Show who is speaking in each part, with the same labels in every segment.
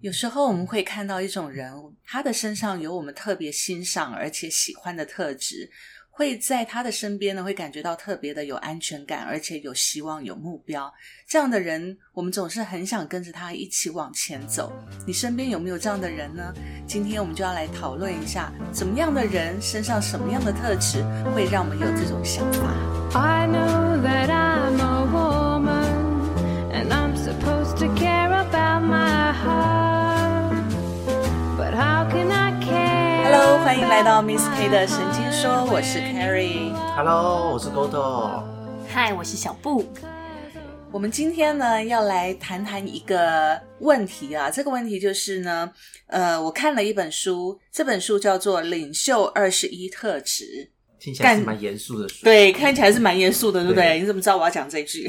Speaker 1: 有时候我们会看到一种人，他的身上有我们特别欣赏而且喜欢的特质，会在他的身边呢，会感觉到特别的有安全感，而且有希望、有目标。这样的人，我们总是很想跟着他一起往前走。你身边有没有这样的人呢？今天我们就要来讨论一下，怎么样的人身上什么样的特质会让我们有这种想法？
Speaker 2: I know that I'm a woman and I'm supposed to care about my heart. But how can I care?
Speaker 1: Hello，欢迎来到 Miss K 的
Speaker 2: about
Speaker 1: 神
Speaker 2: my
Speaker 1: 经
Speaker 2: heart
Speaker 1: 说，我是 Carrie。
Speaker 3: Hello，我是 Godo。
Speaker 4: 嗨，我是小布。
Speaker 1: 我们今天呢要来谈谈一个问题啊，这个问题就是呢，呃，我看了一本书，这本书叫做《领袖二十一特质
Speaker 3: 听起来是
Speaker 1: 干
Speaker 3: 蛮严肃的书》，，
Speaker 1: 对，看起来是蛮严肃的，对不对？
Speaker 3: 对
Speaker 1: 你怎么知道我要讲这句？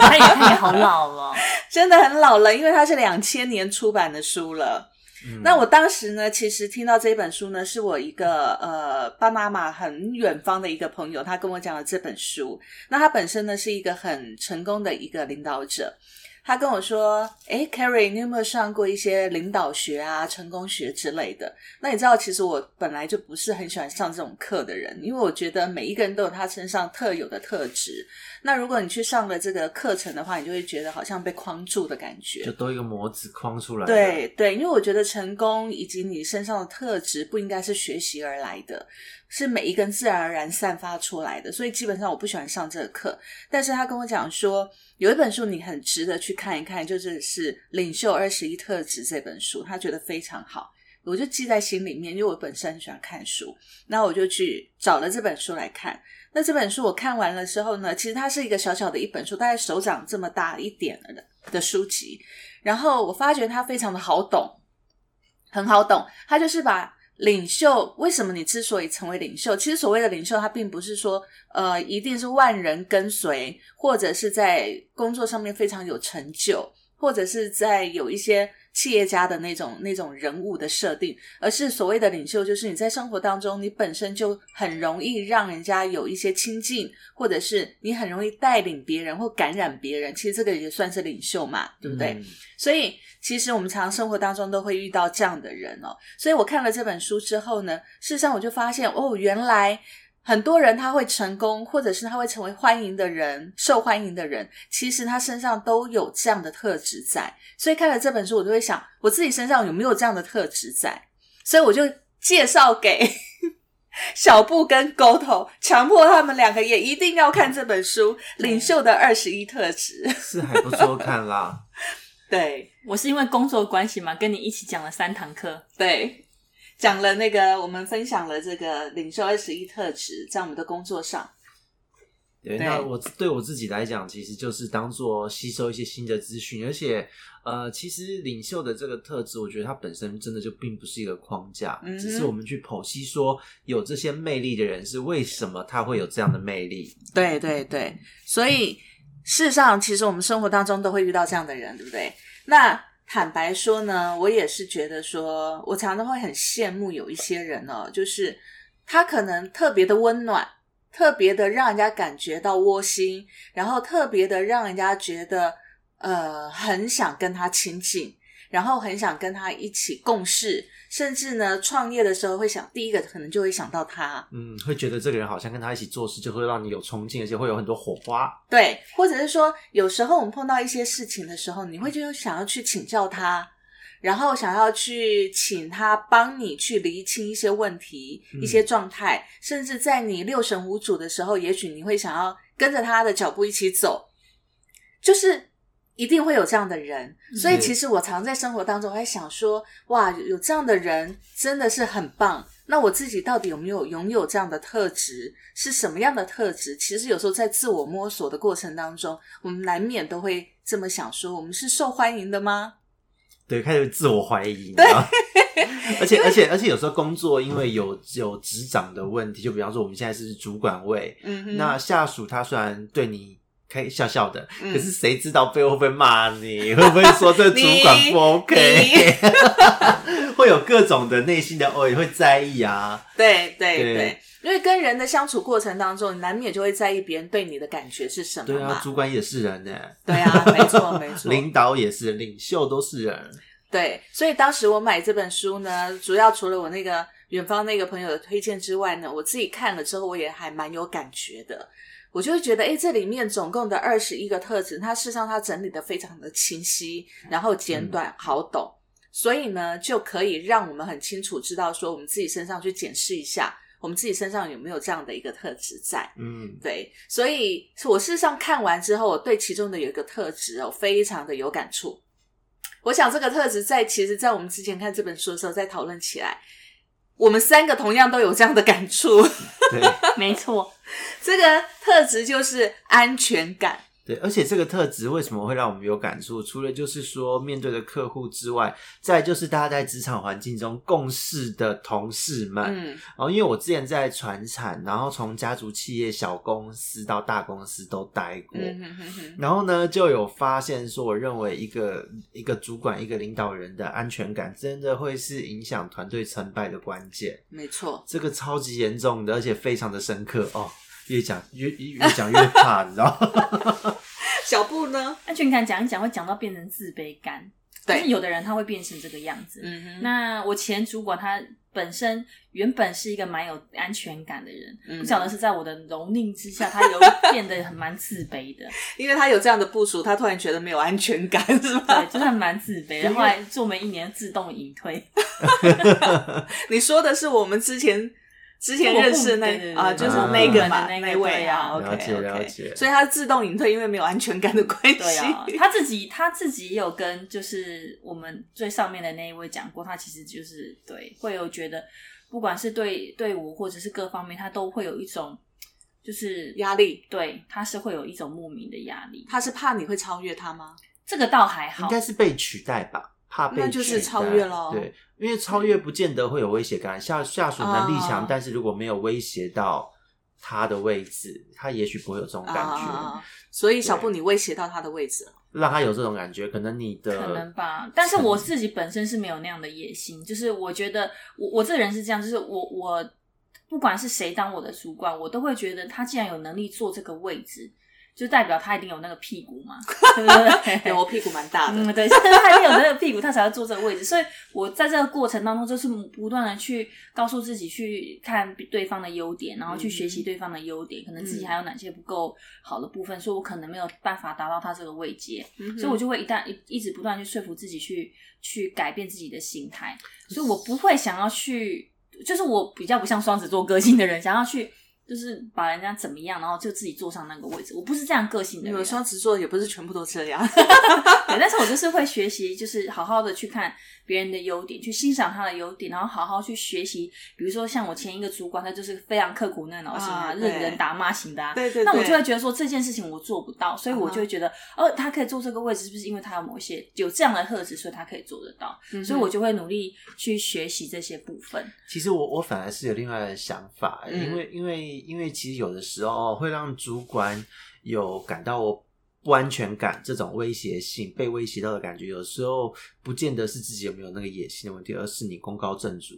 Speaker 4: 哎呀，你好老哦了。
Speaker 1: 真的很老了，因为它是两千年出版的书了。
Speaker 3: 嗯
Speaker 1: 那我当时呢，其实听到这本书呢，是我一个呃巴拿马很远方的一个朋友，他跟我讲了这本书。那他本身呢是一个很成功的一个领导者，他跟我说：“诶 c a r r y 你有没有上过一些领导学啊、成功学之类的？”那你知道，其实我本来就不是很喜欢上这种课的人，因为我觉得每一个人都有他身上特有的特质。那如果你去上了这个课程的话，你就会觉得好像被框住的感觉，
Speaker 3: 就都一个模子框出来。，
Speaker 1: 对对，因为我觉得成功以及你身上的特质不应该是学习而来的，是每一个人自然而然散发出来的。所以基本上我不喜欢上这个课。但是他跟我讲说，有一本书你很值得去看一看，就是是《领袖二十一特质》这本书，他觉得非常好。我就记在心里面，因为我本身很喜欢看书，那我就去找了这本书来看。那这本书我看完了之后呢，其实它是一个小小的一本书，大概手掌这么大一点的的书籍。然后我发觉它非常的好懂，很好懂。它就是把领袖为什么你之所以成为领袖，其实所谓的领袖，它并不是说呃一定是万人跟随，或者是在工作上面非常有成就，或者是在有一些企业家的那种那种人物的设定，而是所谓的领袖，就是你在生活当中，你本身就很容易让人家有一些亲近，或者是你很容易带领别人或感染别人。其实这个也算是领袖嘛，对不对？
Speaker 3: 嗯
Speaker 1: 所以，其实我们常生活当中都会遇到这样的人哦。所以我看了这本书之后呢，事实上我就发现，哦，原来很多人他会成功，或者是他会成为欢迎的人、受欢迎的人，其实他身上都有这样的特质在。所以看了这本书，我就会想，我自己身上有没有这样的特质在？所以我就介绍给 小布跟狗头，强迫他们两个也一定要看这本书《领袖的二十一特质》。
Speaker 3: 是还不错看啦。
Speaker 1: 对，
Speaker 4: 我是因为工作关系嘛，跟你一起讲了三堂 课。
Speaker 1: 对，讲了那个，我们分享了这个领袖二十一特质，在我们的工作上，
Speaker 3: 对，
Speaker 1: 对
Speaker 3: 那我对我自己来讲，其实就是当做吸收一些新的资讯，而且呃，其实领袖的这个特质，我觉得它本身真的就并不是一个框架，
Speaker 1: 嗯哼
Speaker 3: 只是我们去剖析说有这些魅力的人是为什么他会有这样的魅力。
Speaker 1: 对对对，所以事实上，其实我们生活当中都会遇到这样的人，对不对？那坦白说呢，我也是觉得说，我常常会很羡慕有一些人哦，就是他可能特别的温暖，特别的让人家感觉到窝心，然后特别的让人家觉得呃很想跟他亲近，然后很想跟他一起共事，甚至呢创业的时候会想第一个可能就会想到他，
Speaker 3: 嗯，会觉得这个人好像跟他一起做事，就会让你有冲劲，而且会有很多火花。
Speaker 1: 对，或者是说，有时候我们碰到一些事情的时候，你会就想要去请教他，然后想要去请他帮你去厘清一些问题、
Speaker 3: 嗯
Speaker 1: 一些状态，甚至在你六神无主的时候，也许你会想要跟着他的脚步一起走，就是。一定会有这样的人，所以
Speaker 3: 嗯
Speaker 1: 其实我常在生活当中我在想说，哇，有这样的人真的是很棒。那我自己到底有没有拥有这样的特质？是什么样的特质？其实有时候在自我摸索的过程当中，我们难免都会这么想说：我们是受欢迎的吗？
Speaker 3: 对，开始自我怀疑，你知道吗 而且而且而且有时候工作因为有有职掌的问题，就比方说我们现在是主管位，
Speaker 1: 嗯哼
Speaker 3: 那下属他虽然对你开笑笑的，
Speaker 1: 嗯
Speaker 3: 可是谁知道背后会不会骂你，会不会说这个主管不 OK，会 有各种的内心的哦，也会在意啊。
Speaker 1: 对对对
Speaker 3: 对
Speaker 1: 因为跟人的相处过程当中，你难免就会在意别人对你的感觉是什么
Speaker 3: 对啊，
Speaker 1: 嘛。
Speaker 3: 主管也是人呢、
Speaker 1: 对啊，没错没错。
Speaker 3: 领导也是人，领袖都是人，
Speaker 1: 对，所以当时我买这本书呢，主要除了我那个远方那个朋友的推荐之外呢，我自己看了之后，我也还蛮有感觉的。我就会觉得，哎，这里面总共的二十一个特质，它事实上它整理的非常的清晰，然后简短好懂，所以呢，就可以让我们很清楚知道说，我们自己身上去检视一下，我们自己身上有没有这样的一个特质在。
Speaker 3: 嗯，
Speaker 1: 对，所以我事实上看完之后，我对其中的有一个特质哦，非常的有感触。我想这个特质在其实，在我们之前看这本书的时候，在讨论起来，我们三个同样都有这样的感触。
Speaker 3: 对
Speaker 4: 没错，
Speaker 1: 这个特质就是安全感。
Speaker 3: 对，而且这个特质为什么会让我们有感触？除了就是说面对的客户之外，再来就是大家在职场环境中共事的同事们，
Speaker 1: 嗯，
Speaker 3: 然后因为我之前在传产，然后从家族企业、小公司到大公司都待过，
Speaker 1: 嗯哼哼哼，
Speaker 3: 然后呢就有发现说，我认为一个一个主管、一个领导人的安全感，真的会是影响团队成败的关键。
Speaker 1: 没错。
Speaker 3: 这个超级严重的，而且非常的深刻哦。越讲越越越讲越怕，你知道吗？
Speaker 1: 小布呢？
Speaker 4: 安全感讲一讲会讲到变成自卑感，
Speaker 1: 对
Speaker 4: 就是有的人他会变成这个样子。
Speaker 1: 嗯哼，
Speaker 4: 那我前主管他本身原本是一个蛮有安全感的人，
Speaker 1: 嗯
Speaker 4: 不晓得是在我的蹂躏之下，他有变得很蛮自卑 的，
Speaker 1: 因为他有这样的部署，他突然觉得没有安全感， 是吧？
Speaker 4: 对，就是他蛮自 卑的。后来做没一年自动隐退，
Speaker 1: 你说的是我们之前之前认识
Speaker 4: 对对
Speaker 1: 那
Speaker 4: 对
Speaker 1: 啊，
Speaker 4: 对
Speaker 1: 就是
Speaker 3: 啊
Speaker 1: 那个嘛，
Speaker 4: 我们的那个
Speaker 1: 位
Speaker 4: 对
Speaker 1: 啊
Speaker 4: 啊
Speaker 1: ，OK
Speaker 3: 了解
Speaker 1: OK，
Speaker 3: 了解
Speaker 1: 所以他自动隐退，因为没有安全感的关系。
Speaker 4: 对 啊，他自己他自己也有跟就是我们最上面的那一位讲过，他其实就是对会有觉得，不管是对对我或者是各方面，他都会有一种就是
Speaker 1: 压力，
Speaker 4: 对他是会有一种莫名的压力。
Speaker 1: 他是怕你会超越他吗？
Speaker 4: 这个倒还
Speaker 3: 应
Speaker 4: 好，
Speaker 3: 该是被取代吧，怕被取代
Speaker 1: 那就是超越咯
Speaker 3: 对，因为超越不见得会有威胁感，下下属能力强，
Speaker 1: 啊
Speaker 3: 但是如果没有威胁到他的位置，他也许不会有这种感觉，
Speaker 1: 啊，所以小布你威胁到他的位置了，
Speaker 3: 让他有这种感觉，可能你的
Speaker 4: 可能
Speaker 1: 嗯
Speaker 4: 吧，但是我自己本身是没有那样的野心，就是我觉得我我这人是这样，就是我我不管是谁当我的主管，我都会觉得他既然有能力坐这个位置，就代表他一定有那个屁股 嘛，对不对？
Speaker 1: 对我屁股蛮大的，
Speaker 4: 嗯，对，但是他一定有那个屁股，他才要坐这个位置。所以我在这个过程当中，就是不断的去告诉自己，去看对方的优点，然后去
Speaker 1: 嗯
Speaker 4: 学习对方的优点，可能自己还有哪些不够好的部分，所以我可能没有办法达到他这个位阶，
Speaker 1: 嗯哼
Speaker 4: 所以我就会一旦一一直不断地去说服自己去去改变自己的心态，所以我不会想要去，就是我比较不像双子座个性的人，想要去。就是把人家怎么样，然后就自己坐上那个位置。我不是这样个性的
Speaker 1: 你
Speaker 4: 人啊，
Speaker 1: 们双子座也不是全部都这样，
Speaker 4: 对，但是我就是会学习，就是好好的去看别人的优点，去欣赏他的优点，然后好好去学习。比如说像我前一个主管，他就是非常刻苦耐劳型
Speaker 1: 啊
Speaker 4: 啊，
Speaker 1: 对
Speaker 4: 认人打骂型的啊。
Speaker 1: 对对对
Speaker 4: 那我就会觉得说这件事情我做不到，所以我
Speaker 1: 啊哈
Speaker 4: 就会觉得，哦，他可以做这个位置，是不是因为他有某些有这样的特质，所以他可以做得到？
Speaker 1: 嗯哼
Speaker 4: 所以我就会努力去学习这些部分。
Speaker 3: 其实我我反而是有另外的想法，
Speaker 1: 嗯
Speaker 3: 因为因为因为其实有的时候会让主管有感到不安全感，这种威胁性被威胁到的感觉，有时候不见得是自己有没有那个野心的问题，而是你功高震主。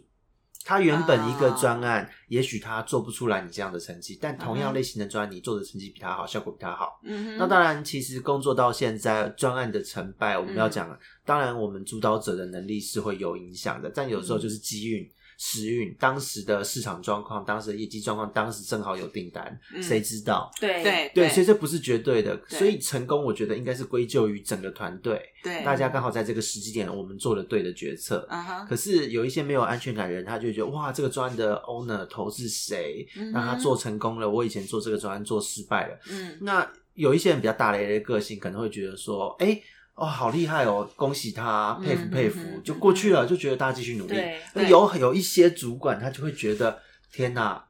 Speaker 3: 他原本一个专案，也许他做不出来你这样的成绩，但同样类型的专案，你做的成绩比他好，效果比他好。
Speaker 1: 嗯
Speaker 3: 那当然，其实工作到现在，专案的成败，我们
Speaker 1: 嗯
Speaker 3: 要讲，当然我们主导者的能力是会有影响的，但有时候
Speaker 1: 嗯
Speaker 3: 就是机运、时运、当时的市场状况、当时的业绩状况、当时正好有订单，
Speaker 1: 嗯
Speaker 3: 谁知道？
Speaker 4: 对
Speaker 1: 对
Speaker 3: 对，所以这不是绝对的，
Speaker 1: 对
Speaker 3: 所以成功我觉得应该是归咎于整个团队，
Speaker 1: 对
Speaker 3: 大家刚好在这个时机点，我们做了对的决策。
Speaker 1: 啊哈，
Speaker 3: 可是有一些没有安全感的人，他就会觉得哇，这个专案的 owner 头是谁？
Speaker 1: 嗯哼
Speaker 3: 那他做成功了，我以前做这个专案做失败了，
Speaker 1: 嗯
Speaker 3: 那有一些人比较大咧咧的个性，可能会觉得说，哎、哦，好厉害哦，恭喜他，
Speaker 1: 嗯
Speaker 3: 佩服佩服，
Speaker 1: 嗯嗯
Speaker 3: 就过去了，就觉得大家继续努力
Speaker 4: 对。
Speaker 3: 那
Speaker 1: 对
Speaker 3: 有有一些主管，他就会觉得，天哪，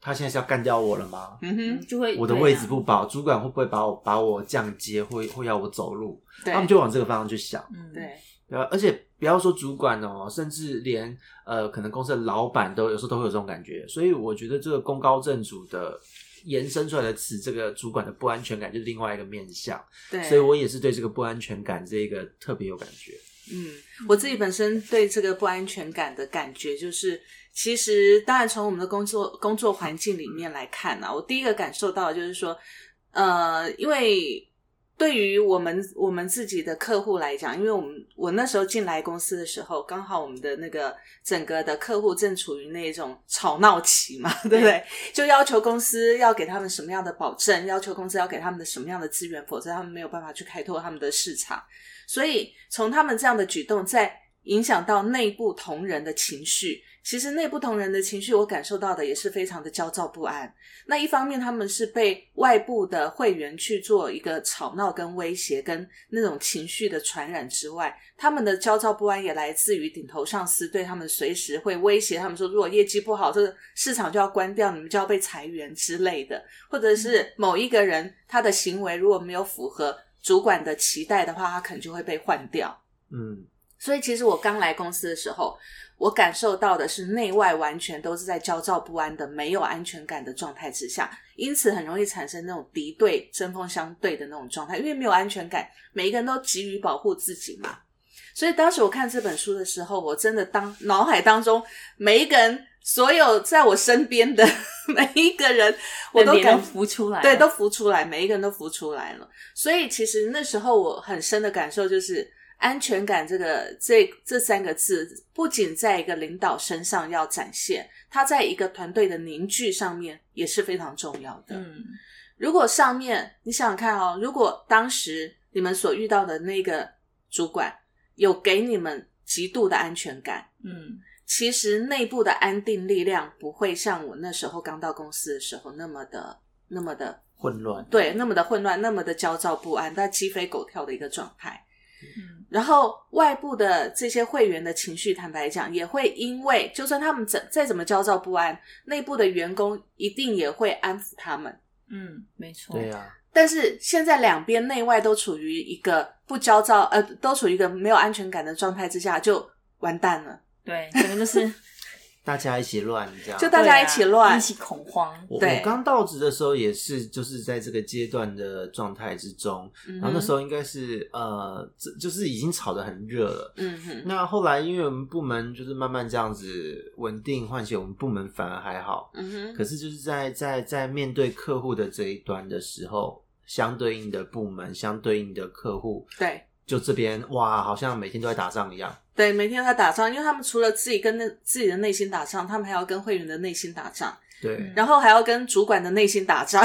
Speaker 3: 他现在是要干掉我了吗？
Speaker 1: 嗯
Speaker 4: 嗯
Speaker 1: 哼，
Speaker 4: 就会
Speaker 3: 我的
Speaker 4: 对啊
Speaker 3: 位置不保，主管会不会把我把我降阶，会会要我走路？
Speaker 1: 对
Speaker 3: 他们就往这个方向去想。
Speaker 4: 嗯，
Speaker 1: 对，
Speaker 3: 对啊，而且不要说主管哦，甚至连呃，可能公司的老板都有时候都会有这种感觉，所以我觉得这个功高震主的延伸出来的词，这个主管的不安全感就是另外一个面向，
Speaker 1: 对，
Speaker 3: 所以我也是对这个不安全感这一个特别有感觉。
Speaker 1: 嗯，我自己本身对这个不安全感的感觉，就是其实当然从我们的工作工作环境里面来看呢、啊，我第一个感受到的就是说，呃，因为对于我们我们自己的客户来讲，因为我们我那时候进来公司的时候，刚好我们的那个整个的客户正处于那种吵闹期嘛， 对不对？就要求公司要给他们什么样的保证，要求公司要给他们的什么样的资源，否则他们没有办法去开拓他们的市场。所以从他们这样的举动，在影响到内部同仁的情绪。其实内部同仁的情绪，我感受到的也是非常的焦躁不安。那一方面，他们是被外部的会员去做一个吵闹、跟威胁、跟那种情绪的传染之外，他们的焦躁不安也来自于顶头上司对他们随时会威胁他们说，如果业绩不好，这个市场就要关掉，你们就要被裁员之类的，或者是某一个人他的行为如果没有符合主管的期待的话，他可能就会被换掉。
Speaker 3: 嗯，
Speaker 1: 所以其实我刚来公司的时候，我感受到的是内外完全都是在焦躁不安的、没有安全感的状态之下，因此很容易产生那种敌对、针锋相对的那种状态，因为没有安全感，每一个人都急于保护自己嘛。所以当时我看这本书的时候，我真的当脑海当中每一个人，所有在我身边的 每一个人，我都
Speaker 4: 被别人
Speaker 1: 感
Speaker 4: 浮出来了，
Speaker 1: 对，都浮出来，每一个人都浮出来了。所以其实那时候我很深的感受就是，安全感这个这这三个字，不仅在一个领导身上要展现，它在一个团队的凝聚上面也是非常重要的。
Speaker 4: 嗯，
Speaker 1: 如果上面你想想看哦，如果当时你们所遇到的那个主管有给你们极度的安全感，
Speaker 4: 嗯
Speaker 1: 其实内部的安定力量不会像我那时候刚到公司的时候那么的那么的
Speaker 3: 混乱，
Speaker 1: 对，那么的混乱，那么的焦躁不安，但鸡飞狗跳的一个状态。
Speaker 4: 嗯
Speaker 1: 然后外部的这些会员的情绪，坦白讲，也会因为就算他们怎再怎么焦躁不安，内部的员工一定也会安抚他们。
Speaker 4: 嗯，没错，
Speaker 3: 对啊，
Speaker 1: 但是现在两边内外都处于一个不焦躁，呃，都处于一个没有安全感的状态之下，就完蛋了，
Speaker 4: 对，整个就是
Speaker 3: 大家一起乱这样，
Speaker 1: 就 大家
Speaker 4: 对啊
Speaker 1: 一起乱
Speaker 4: 一起恐慌，
Speaker 3: 我
Speaker 1: 对
Speaker 3: 我刚到职的时候也是，就是在这个阶段的状态之中，
Speaker 1: 嗯哼
Speaker 3: 然后那时候应该是呃，这就是已经吵得很热了。
Speaker 1: 嗯哼，
Speaker 3: 那后来因为我们部门就是慢慢这样子稳定换血，我们部门反而还好。
Speaker 1: 嗯哼，
Speaker 3: 可是就是在在在面对客户的这一端的时候，相对应的部门、相对应的客户，
Speaker 1: 对。
Speaker 3: 就这边哇，好像每天都在打仗一样。
Speaker 1: 对，每天都在打仗，因为他们除了自己跟那自己的内心打仗，他们还要跟会员的内心打仗，
Speaker 3: 对，
Speaker 4: 嗯
Speaker 1: 然后还要跟主管的内心打仗，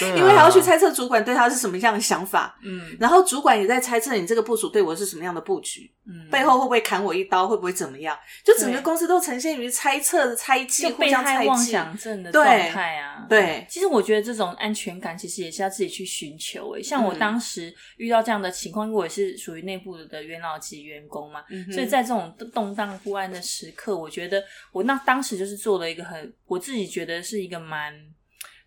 Speaker 3: 对啊
Speaker 1: 因为还要去猜测主管对他是什么样的想法，
Speaker 4: 嗯
Speaker 1: 然后主管也在猜测你这个部署对我是什么样的布局，
Speaker 4: 嗯，
Speaker 1: 背后会不会砍我一刀，会不会怎么样？就整个
Speaker 4: 对
Speaker 1: 公司都呈现于猜测、猜忌、
Speaker 4: 就
Speaker 1: 互
Speaker 4: 被
Speaker 1: 相
Speaker 4: 害
Speaker 1: 猜
Speaker 4: 妄
Speaker 1: 忌。
Speaker 4: 想症的
Speaker 1: 对
Speaker 4: 状态啊，
Speaker 1: 对，
Speaker 4: 其实我觉得这种安全感其实也是要自己去寻求、诶，像我
Speaker 1: 嗯
Speaker 4: 当时遇到这样的情况，因为我也是属于内部的元老级员工嘛，
Speaker 1: 嗯哼
Speaker 4: 所以在这种动荡不安的时刻，我觉得我那当时就是做了一个很，我自己觉得是一个蛮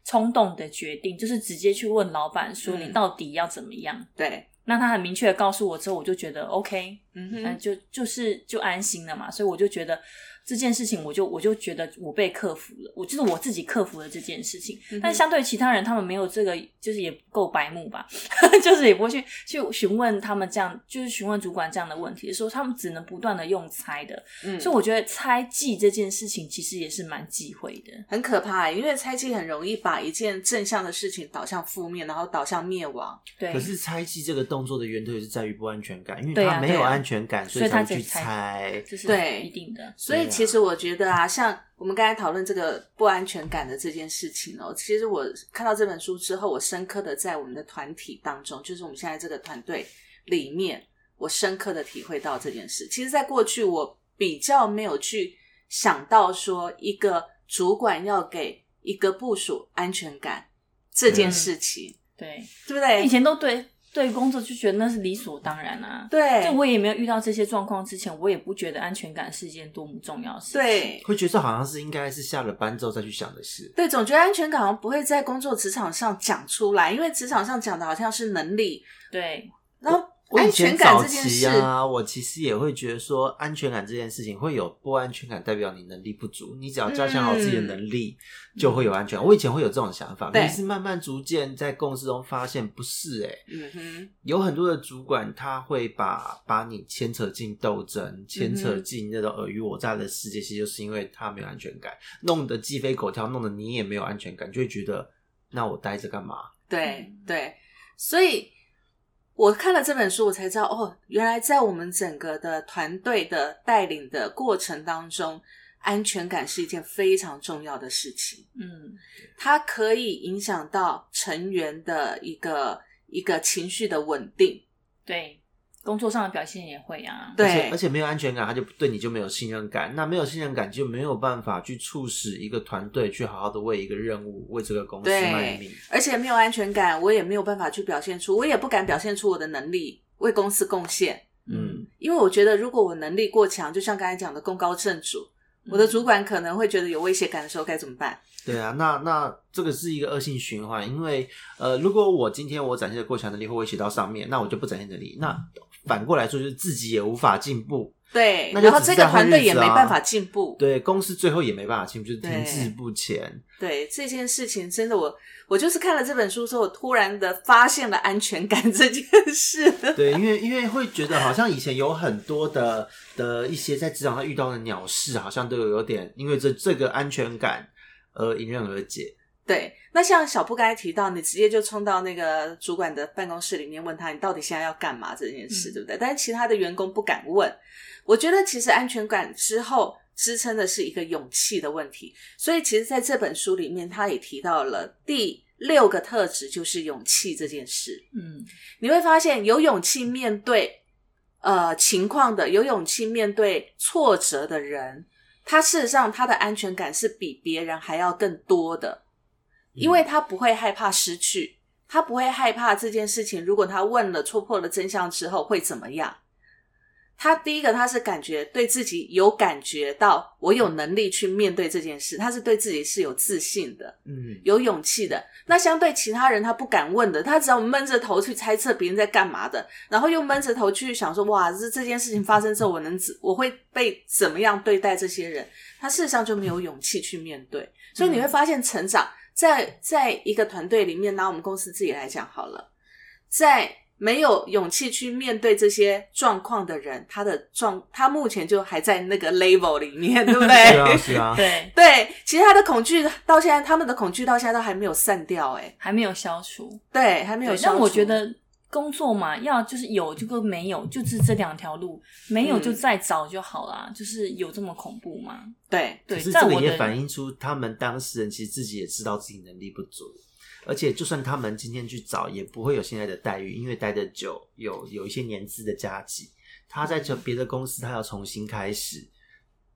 Speaker 4: 冲动的决定，就是直接去问老板说
Speaker 1: 嗯
Speaker 4: 你到底要怎么样。
Speaker 1: 对，
Speaker 4: 那他很明确的告诉我之后，我就觉得 OK，
Speaker 1: 嗯
Speaker 4: 那
Speaker 1: 哼，
Speaker 4: 就就是就安心了嘛，所以我就觉得这件事情，我就我就觉得我被克服了，我就是我自己克服了这件事情。
Speaker 1: 嗯哼
Speaker 4: 但相对其他人，他们没有这个，就是也不够白目吧， 就是也不会去去询问他们这样，就是询问主管这样的问题的时候，他们只能不断的用猜的。
Speaker 1: 嗯，
Speaker 4: 所以我觉得猜忌这件事情其实也是蛮忌讳的。
Speaker 1: 很可怕、欸因为猜忌很容易把一件正向的事情导向负面，然后导向灭亡。
Speaker 4: 对，
Speaker 3: 可是猜忌这个动作的源头也是在于不安全感，因为
Speaker 4: 对
Speaker 3: 他
Speaker 4: 啊
Speaker 3: 没有
Speaker 4: 对啊
Speaker 3: 安全感，
Speaker 4: 所
Speaker 3: 以
Speaker 4: 以他
Speaker 3: 才会去
Speaker 4: 才猜
Speaker 3: 猜。
Speaker 4: 这是
Speaker 1: 对
Speaker 4: 一定的，
Speaker 1: 所以其实我觉得啊，像我们刚才讨论这个不安全感的这件事情哦，其实我看到这本书之后，我深刻的在我们的团体当中，就是我们现在这个团队里面，我深刻的体会到这件事。其实，在过去我比较没有去想到说，一个主管要给一个部署安全感这件事情，
Speaker 4: 对，
Speaker 1: 对不对？
Speaker 4: 以前都对对工作就觉得那是理所当然啊。
Speaker 1: 对
Speaker 4: 就我也没有遇到这些状况之前，我也不觉得安全感是一件多么重要的事情。，
Speaker 1: 对
Speaker 3: 会觉得好像是应该是下了班之后再去想的事。
Speaker 1: 对，总觉得安全感好像不会在工作职场上讲出来，因为职场上讲的好像是能力，
Speaker 4: 对，
Speaker 1: 然后
Speaker 3: 我
Speaker 1: 安
Speaker 3: 以
Speaker 1: 全
Speaker 3: 前
Speaker 1: 感
Speaker 3: 早
Speaker 1: 这件
Speaker 3: 期
Speaker 1: 事，
Speaker 3: 啊，我其实也会觉得说，安全感这件事情会有不安全感，代表你能力不足。你只要加强好自己的能力，就会有安全感。我以前会有这种想
Speaker 1: 嗯
Speaker 3: 法，
Speaker 1: 对
Speaker 3: 但是慢慢逐渐在共事中发现不是、欸，
Speaker 1: 嗯哼，
Speaker 3: 有很多的主管他会把把你牵扯进斗争，牵
Speaker 1: 嗯
Speaker 3: 扯进那种尔虞我诈的世界，其实就是因为他没有安全感，弄得鸡飞狗跳，弄得你也没有安全感，就会觉得那我待着干嘛？
Speaker 1: 对
Speaker 4: 嗯
Speaker 1: 对，所以我看了这本书，我才知道哦，原来在我们整个的团队的带领的过程当中，安全感是一件非常重要的事情。
Speaker 4: 嗯，
Speaker 1: 它可以影响到成员的一个一个情绪的稳定。
Speaker 4: 对，工作上的表现也会啊。
Speaker 1: 对
Speaker 3: 而且而且没有安全感，他就对你就没有信任感。那没有信任感，就没有办法去促使一个团队去好好的为一个任务、为这个公司
Speaker 1: 对嗯
Speaker 3: 卖命。
Speaker 1: 而且没有安全感，我也没有办法去表现出，我也不敢表现出我的能力为公司贡献，
Speaker 3: 嗯，
Speaker 1: 因为我觉得如果我能力过强，就像刚才讲的功高震主，我
Speaker 3: 嗯
Speaker 1: 的主管可能会觉得有威胁感的时候该怎么办？
Speaker 3: 对啊，那那这个是一个恶性循环，因为呃，如果我今天我展现的过强能力或威胁到上面，那我就不展现能力，那反过来说就是自己也无法进步，
Speaker 1: 对，
Speaker 3: 那就
Speaker 1: 然后
Speaker 3: 只
Speaker 1: 这
Speaker 3: 是
Speaker 1: 个
Speaker 3: 在
Speaker 1: 团
Speaker 3: 混
Speaker 1: 队
Speaker 3: 日
Speaker 1: 也
Speaker 3: 子
Speaker 1: 没
Speaker 3: 啊
Speaker 1: 办法进步。
Speaker 3: 对公司最后也没办法进步，就是
Speaker 1: 对
Speaker 3: 停滞不前。
Speaker 1: 对这件事情，真的我我就是看了这本书之后，我突然的发现了安全感这件事。
Speaker 3: 对，因为因为会觉得好像以前有很多的的一些在职场上遇到的鸟事，好像都有有点因为这这个安全感而迎刃而解。
Speaker 1: 对，那像小布刚才提到，你直接就冲到那个主管的办公室里面问他，你到底现在要干嘛这件事，
Speaker 4: 嗯
Speaker 1: 对不对？但是其他的员工不敢问。我觉得其实安全感之后支撑的是一个勇气的问题，所以其实在这本书里面，他也提到了第六个特质就是勇气这件事。
Speaker 4: 嗯，
Speaker 1: 你会发现有勇气面对呃情况的，有勇气面对挫折的人，他事实上他的安全感是比别人还要更多的，因为他不会害怕失去，他不会害怕这件事情，如果他问了戳破了真相之后会怎么样。他第一个，他是感觉对自己有感觉到，我有能力去面对这件事，他是对自己是有自信的。
Speaker 3: 嗯，
Speaker 1: 有勇气的。那相对其他人，他不敢问的，他只要闷着头去猜测别人在干嘛的，然后又闷着头去想说，哇，这这件事情发生之后，我能怎我会被怎么样对待这些人？他事实上就没有勇气去面对。所以
Speaker 3: 嗯
Speaker 1: 你会发现，成长在在一个团队里面，拿我们公司自己来讲好了，在。没有勇气去面对这些状况的人，他的状他目前就还在那个 level 里面，对不对？
Speaker 3: 是啊是啊，
Speaker 4: 对，
Speaker 1: 对，其实他的恐惧到现在，他们的恐惧到现在都还没有散掉、哎，
Speaker 4: 还没有消除。
Speaker 1: 对，还没有
Speaker 4: 对，
Speaker 1: 消
Speaker 4: 但
Speaker 1: 除。
Speaker 4: 我觉得工作嘛，要就是有就跟没有，就是这两条路，没有
Speaker 1: 嗯
Speaker 4: 就再找就好啦。就是有这么恐怖吗？
Speaker 1: 对，
Speaker 4: 对，
Speaker 3: 可是
Speaker 4: 在
Speaker 3: 这个
Speaker 4: 我
Speaker 3: 也
Speaker 4: 的
Speaker 3: 反映出他们当事人其实自己也知道自己能力不足，而且就算他们今天去找，也不会有现在的待遇，因为待得久，有有一些年资的加急，他在
Speaker 4: 嗯
Speaker 3: 这别的公司他要重新开始，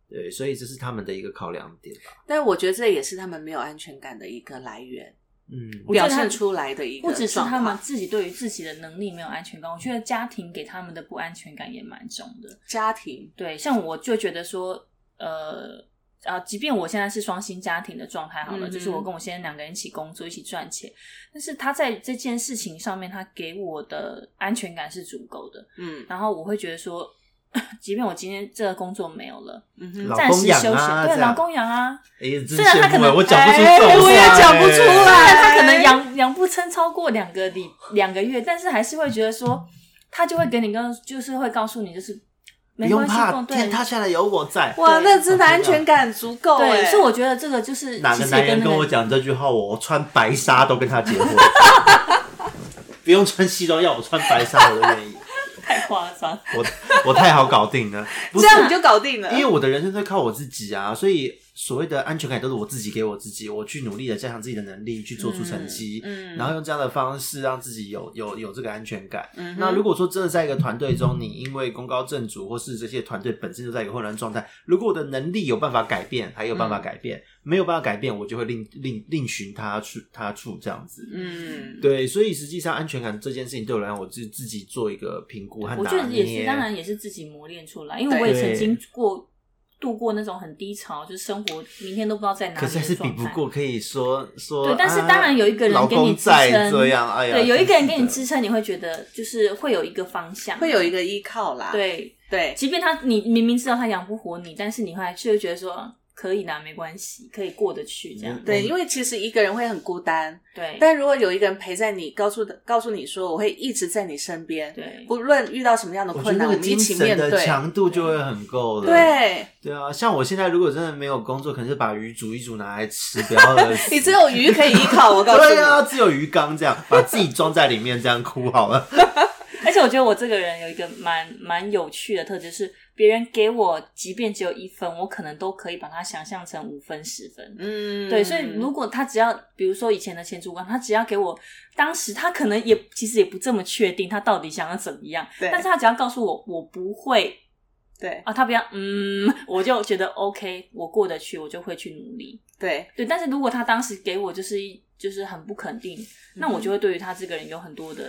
Speaker 3: 对，所以这是他们的一个考量点吧。
Speaker 1: 但我觉得这也是他们没有安全感的一个来源，
Speaker 3: 嗯，
Speaker 4: 我觉
Speaker 1: 表
Speaker 4: 得他
Speaker 1: 现出来的一个
Speaker 4: 不只是
Speaker 1: 状
Speaker 4: 他
Speaker 1: 况
Speaker 4: 们自己对于自己的能力没有安全感，我觉得家庭给他们的不安全感也蛮重的。
Speaker 1: 家庭，
Speaker 4: 对，像我就觉得说，呃。啊，即便我现在是双薪家庭的状态好
Speaker 1: 嗯
Speaker 4: 了，
Speaker 1: 哼
Speaker 4: 就是我跟我先生两个人一起工作，一起赚钱，但是他在这件事情上面，他给我的安全感是足够的。
Speaker 1: 嗯
Speaker 4: 然后我会觉得说， 即便我今天这个工作没有了，
Speaker 1: 嗯哼
Speaker 3: 老，
Speaker 4: 暂
Speaker 3: 公
Speaker 4: 时
Speaker 3: 养
Speaker 4: 休息，
Speaker 3: 啊
Speaker 4: 对，
Speaker 3: 这样
Speaker 4: 老公 养啊，
Speaker 3: 哎、真
Speaker 4: 虽然他
Speaker 3: 羡
Speaker 4: 可
Speaker 3: 慕哎
Speaker 4: 能
Speaker 3: 我讲不出
Speaker 1: 哎
Speaker 3: 这种话、
Speaker 1: 我也讲
Speaker 3: 欸
Speaker 1: 不出
Speaker 4: 虽
Speaker 1: 来
Speaker 4: 然他可能养养不撑超过两个礼两个月，但是还是会觉得说，他就会给你跟就是会告诉你，就是
Speaker 3: 不
Speaker 4: 没
Speaker 3: 用
Speaker 4: 关系，
Speaker 3: 怕，
Speaker 4: 共
Speaker 3: 天
Speaker 4: 对。
Speaker 3: 塌下来有我在。啊
Speaker 1: 哇，
Speaker 4: 对
Speaker 1: 那真的安全感足够、
Speaker 4: 对，
Speaker 1: 哎，
Speaker 4: 所以我觉得这个就是
Speaker 3: 哪
Speaker 4: 其
Speaker 3: 个
Speaker 4: 实
Speaker 3: 男
Speaker 4: 也
Speaker 3: 人
Speaker 4: 那
Speaker 3: 跟
Speaker 4: 个
Speaker 3: 我讲这句话，我穿白纱都跟他结婚， 不用穿西装，要我穿白纱我都愿意。
Speaker 4: 太夸张，
Speaker 3: 我我太好搞定了，不
Speaker 1: 这
Speaker 3: 是
Speaker 1: 样你就搞定了，
Speaker 3: 因为我的人生都靠我自己啊，所以所谓的安全感都是我自己给我自己，我去努力的加强自己的能力，去做出成绩，
Speaker 1: 嗯嗯
Speaker 3: 然后用这样的方式让自己有有有这个安全感。
Speaker 1: 嗯哼
Speaker 3: 那如果说真的在一个团队中，你因为功高震主，或是这些团队本身就在一个混乱状态，如果我的能力有办法改变，还有办法
Speaker 4: 嗯
Speaker 3: 改变，没有办法改变，我就会另另另寻他处他处这样子。
Speaker 1: 嗯，
Speaker 3: 对，所以实际上安全感这件事情对我来讲，我自自己做一个评估和
Speaker 4: 我
Speaker 3: 拿
Speaker 4: 觉
Speaker 3: 捏。
Speaker 4: 得也是，当然也是自己磨练出来，因为我也曾
Speaker 3: 对
Speaker 4: 经过度过那种很低潮，就是生活明天都不知道在哪里
Speaker 3: 可
Speaker 4: 的
Speaker 3: 是
Speaker 4: 状
Speaker 3: 还
Speaker 4: 态。
Speaker 3: 是比不过，可以说说。
Speaker 4: 对，但是
Speaker 3: 啊
Speaker 4: 当然有一个人
Speaker 3: 老
Speaker 4: 给你
Speaker 3: 公
Speaker 4: 支
Speaker 3: 在
Speaker 4: 撑，
Speaker 3: 这样，哎呀，
Speaker 4: 对，有一个人给你
Speaker 3: 真是
Speaker 4: 支撑，你会觉得就是会有一个方向，
Speaker 1: 会有一个依靠啦，
Speaker 4: 对，
Speaker 1: 对，
Speaker 4: 即便他你明明知道他养不活你，但是你还是会觉得说啊可以啦，没关系，可以过得去这样。
Speaker 1: 对，
Speaker 3: 嗯
Speaker 1: 因为其实一个人会很孤单，
Speaker 4: 对，
Speaker 1: 但如果有一个人陪在你，告诉告诉你说我会一直在你身边，
Speaker 4: 对
Speaker 1: 不论遇到什么样的
Speaker 3: 的。我觉
Speaker 1: 困
Speaker 3: 得
Speaker 1: 难，
Speaker 3: 那
Speaker 1: 我
Speaker 3: 个
Speaker 1: 们一
Speaker 3: 精
Speaker 1: 起面
Speaker 3: 神的
Speaker 1: 对。
Speaker 3: 强度就会很够了。
Speaker 1: 对，
Speaker 3: 对啊，像我现在如果真的没有工作，可能是把鱼煮一煮拿来吃，不要饿 死
Speaker 1: 你只有鱼可以依靠，我告诉
Speaker 3: 对
Speaker 1: 你。
Speaker 3: 啊，只有鱼缸这样，把自己装在里面这样哭好了。
Speaker 4: 而且我觉得我这个人有一个蛮蛮有趣的特质，是别人给我即便只有一分，我可能都可以把它想象成五分、十分。
Speaker 1: 嗯
Speaker 4: 对，所以如果他只要，比如说以前的前主管，他只要给我，当时他可能也其实也不这么确定他到底想要怎么样，
Speaker 1: 对
Speaker 4: 但是他只要告诉我我不会
Speaker 1: 对
Speaker 4: 啊，他不要，嗯，我就觉得 OK，我过得去，我就会去努力。
Speaker 1: 对
Speaker 4: 对，但是如果他当时给我就是一就是很不肯定，那
Speaker 1: 嗯
Speaker 4: 我就会对于他这个人有很多的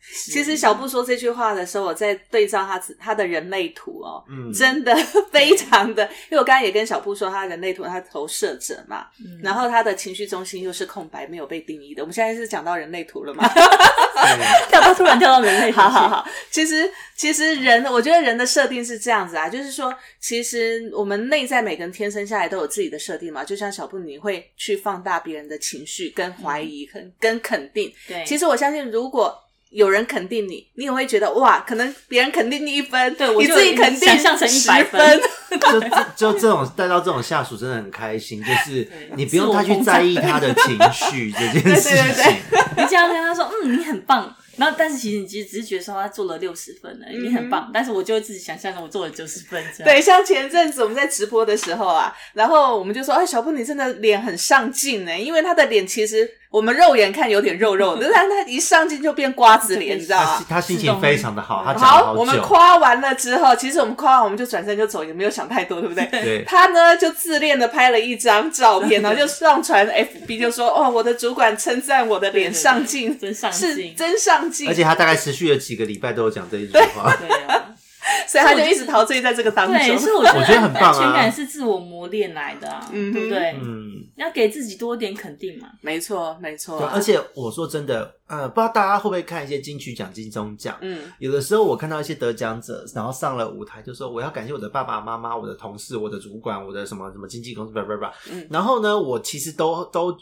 Speaker 4: 质疑。
Speaker 1: 其实小布说这句话的时候，我在对照他自他的人类图哦，
Speaker 3: 嗯，
Speaker 1: 真的非常的，因为我刚才也跟小布说，他人类图他投射者嘛，
Speaker 4: 嗯，
Speaker 1: 然后他的情绪中心又是空白，没有被定义的。我们现在是讲到人类图了吗？
Speaker 3: 对
Speaker 4: 跳到突然跳到人类，
Speaker 1: 好好，好，其实其实人，我觉得人的设定是这样子啊，就是说，其实我们内在每个人天生下来都有自己的设定嘛。就像小布，你会去放大别人的情绪、跟怀疑、
Speaker 4: 嗯
Speaker 1: 跟、跟肯定。
Speaker 4: 对，
Speaker 1: 其
Speaker 4: 实
Speaker 1: 实我相信，如果有人肯定你，你也会觉得哇，可能别人肯定你一分，
Speaker 4: 对我
Speaker 1: 你
Speaker 4: 就
Speaker 1: 自己肯定
Speaker 4: 想象成
Speaker 1: 10
Speaker 4: 100
Speaker 1: 分
Speaker 4: 分，
Speaker 3: 就就这种带到这种下属真的很开心，就是你不用太去在意他的情绪这件事
Speaker 1: 对对
Speaker 3: 情。
Speaker 4: 你这样跟他说，嗯，你很棒。然后，但是其实你其实只是觉得说他做了六十分而已，
Speaker 1: 嗯
Speaker 4: 你很棒。但是我就会自己想象成我做了九十分这样。
Speaker 1: 对，像前阵子我们在直播的时候啊，然后我们就说，哎，小布你真的脸很上镜欸呢，因为他的脸其实我们肉眼看有点肉肉的，但是他一上镜就变瓜子脸，你知道
Speaker 3: 他
Speaker 1: 吗
Speaker 3: 心？他心情非常的好，他讲了
Speaker 1: 好，我
Speaker 3: 久。
Speaker 1: 们夸完了之后，其实我们夸完我们就转身就走，也没有想太多，对不对？
Speaker 3: 对，
Speaker 1: 他呢就自恋的拍了一张照片，然后就上传 FB，就说：“哦，我的主管称赞我的脸上镜，
Speaker 4: 真上
Speaker 1: 是
Speaker 4: 进。
Speaker 1: 真上镜。”
Speaker 3: 而且他大概持续了几个礼拜都有讲这一句话。
Speaker 4: 对 啊，
Speaker 1: 所以他就一直陶醉在这个当
Speaker 4: 对，所以
Speaker 1: 中。
Speaker 4: 我觉得
Speaker 3: 我觉得很棒啊
Speaker 4: 安全感是自我磨练来的、啊，
Speaker 1: 嗯哼
Speaker 4: 对不对？
Speaker 3: 嗯，
Speaker 4: 要给自己多点肯定嘛。
Speaker 1: 没错，没错啊
Speaker 3: 对，。而且我说真的，呃，不知道大家会不会看一些金曲奖、金钟奖。
Speaker 1: 嗯，
Speaker 3: 有的时候我看到一些得奖者，然后上了舞台就说我要感谢我的爸爸妈妈、我的同事、我的主管、我的什么什么经纪公司，叭叭叭。
Speaker 1: 嗯
Speaker 3: 然后呢，我其实都都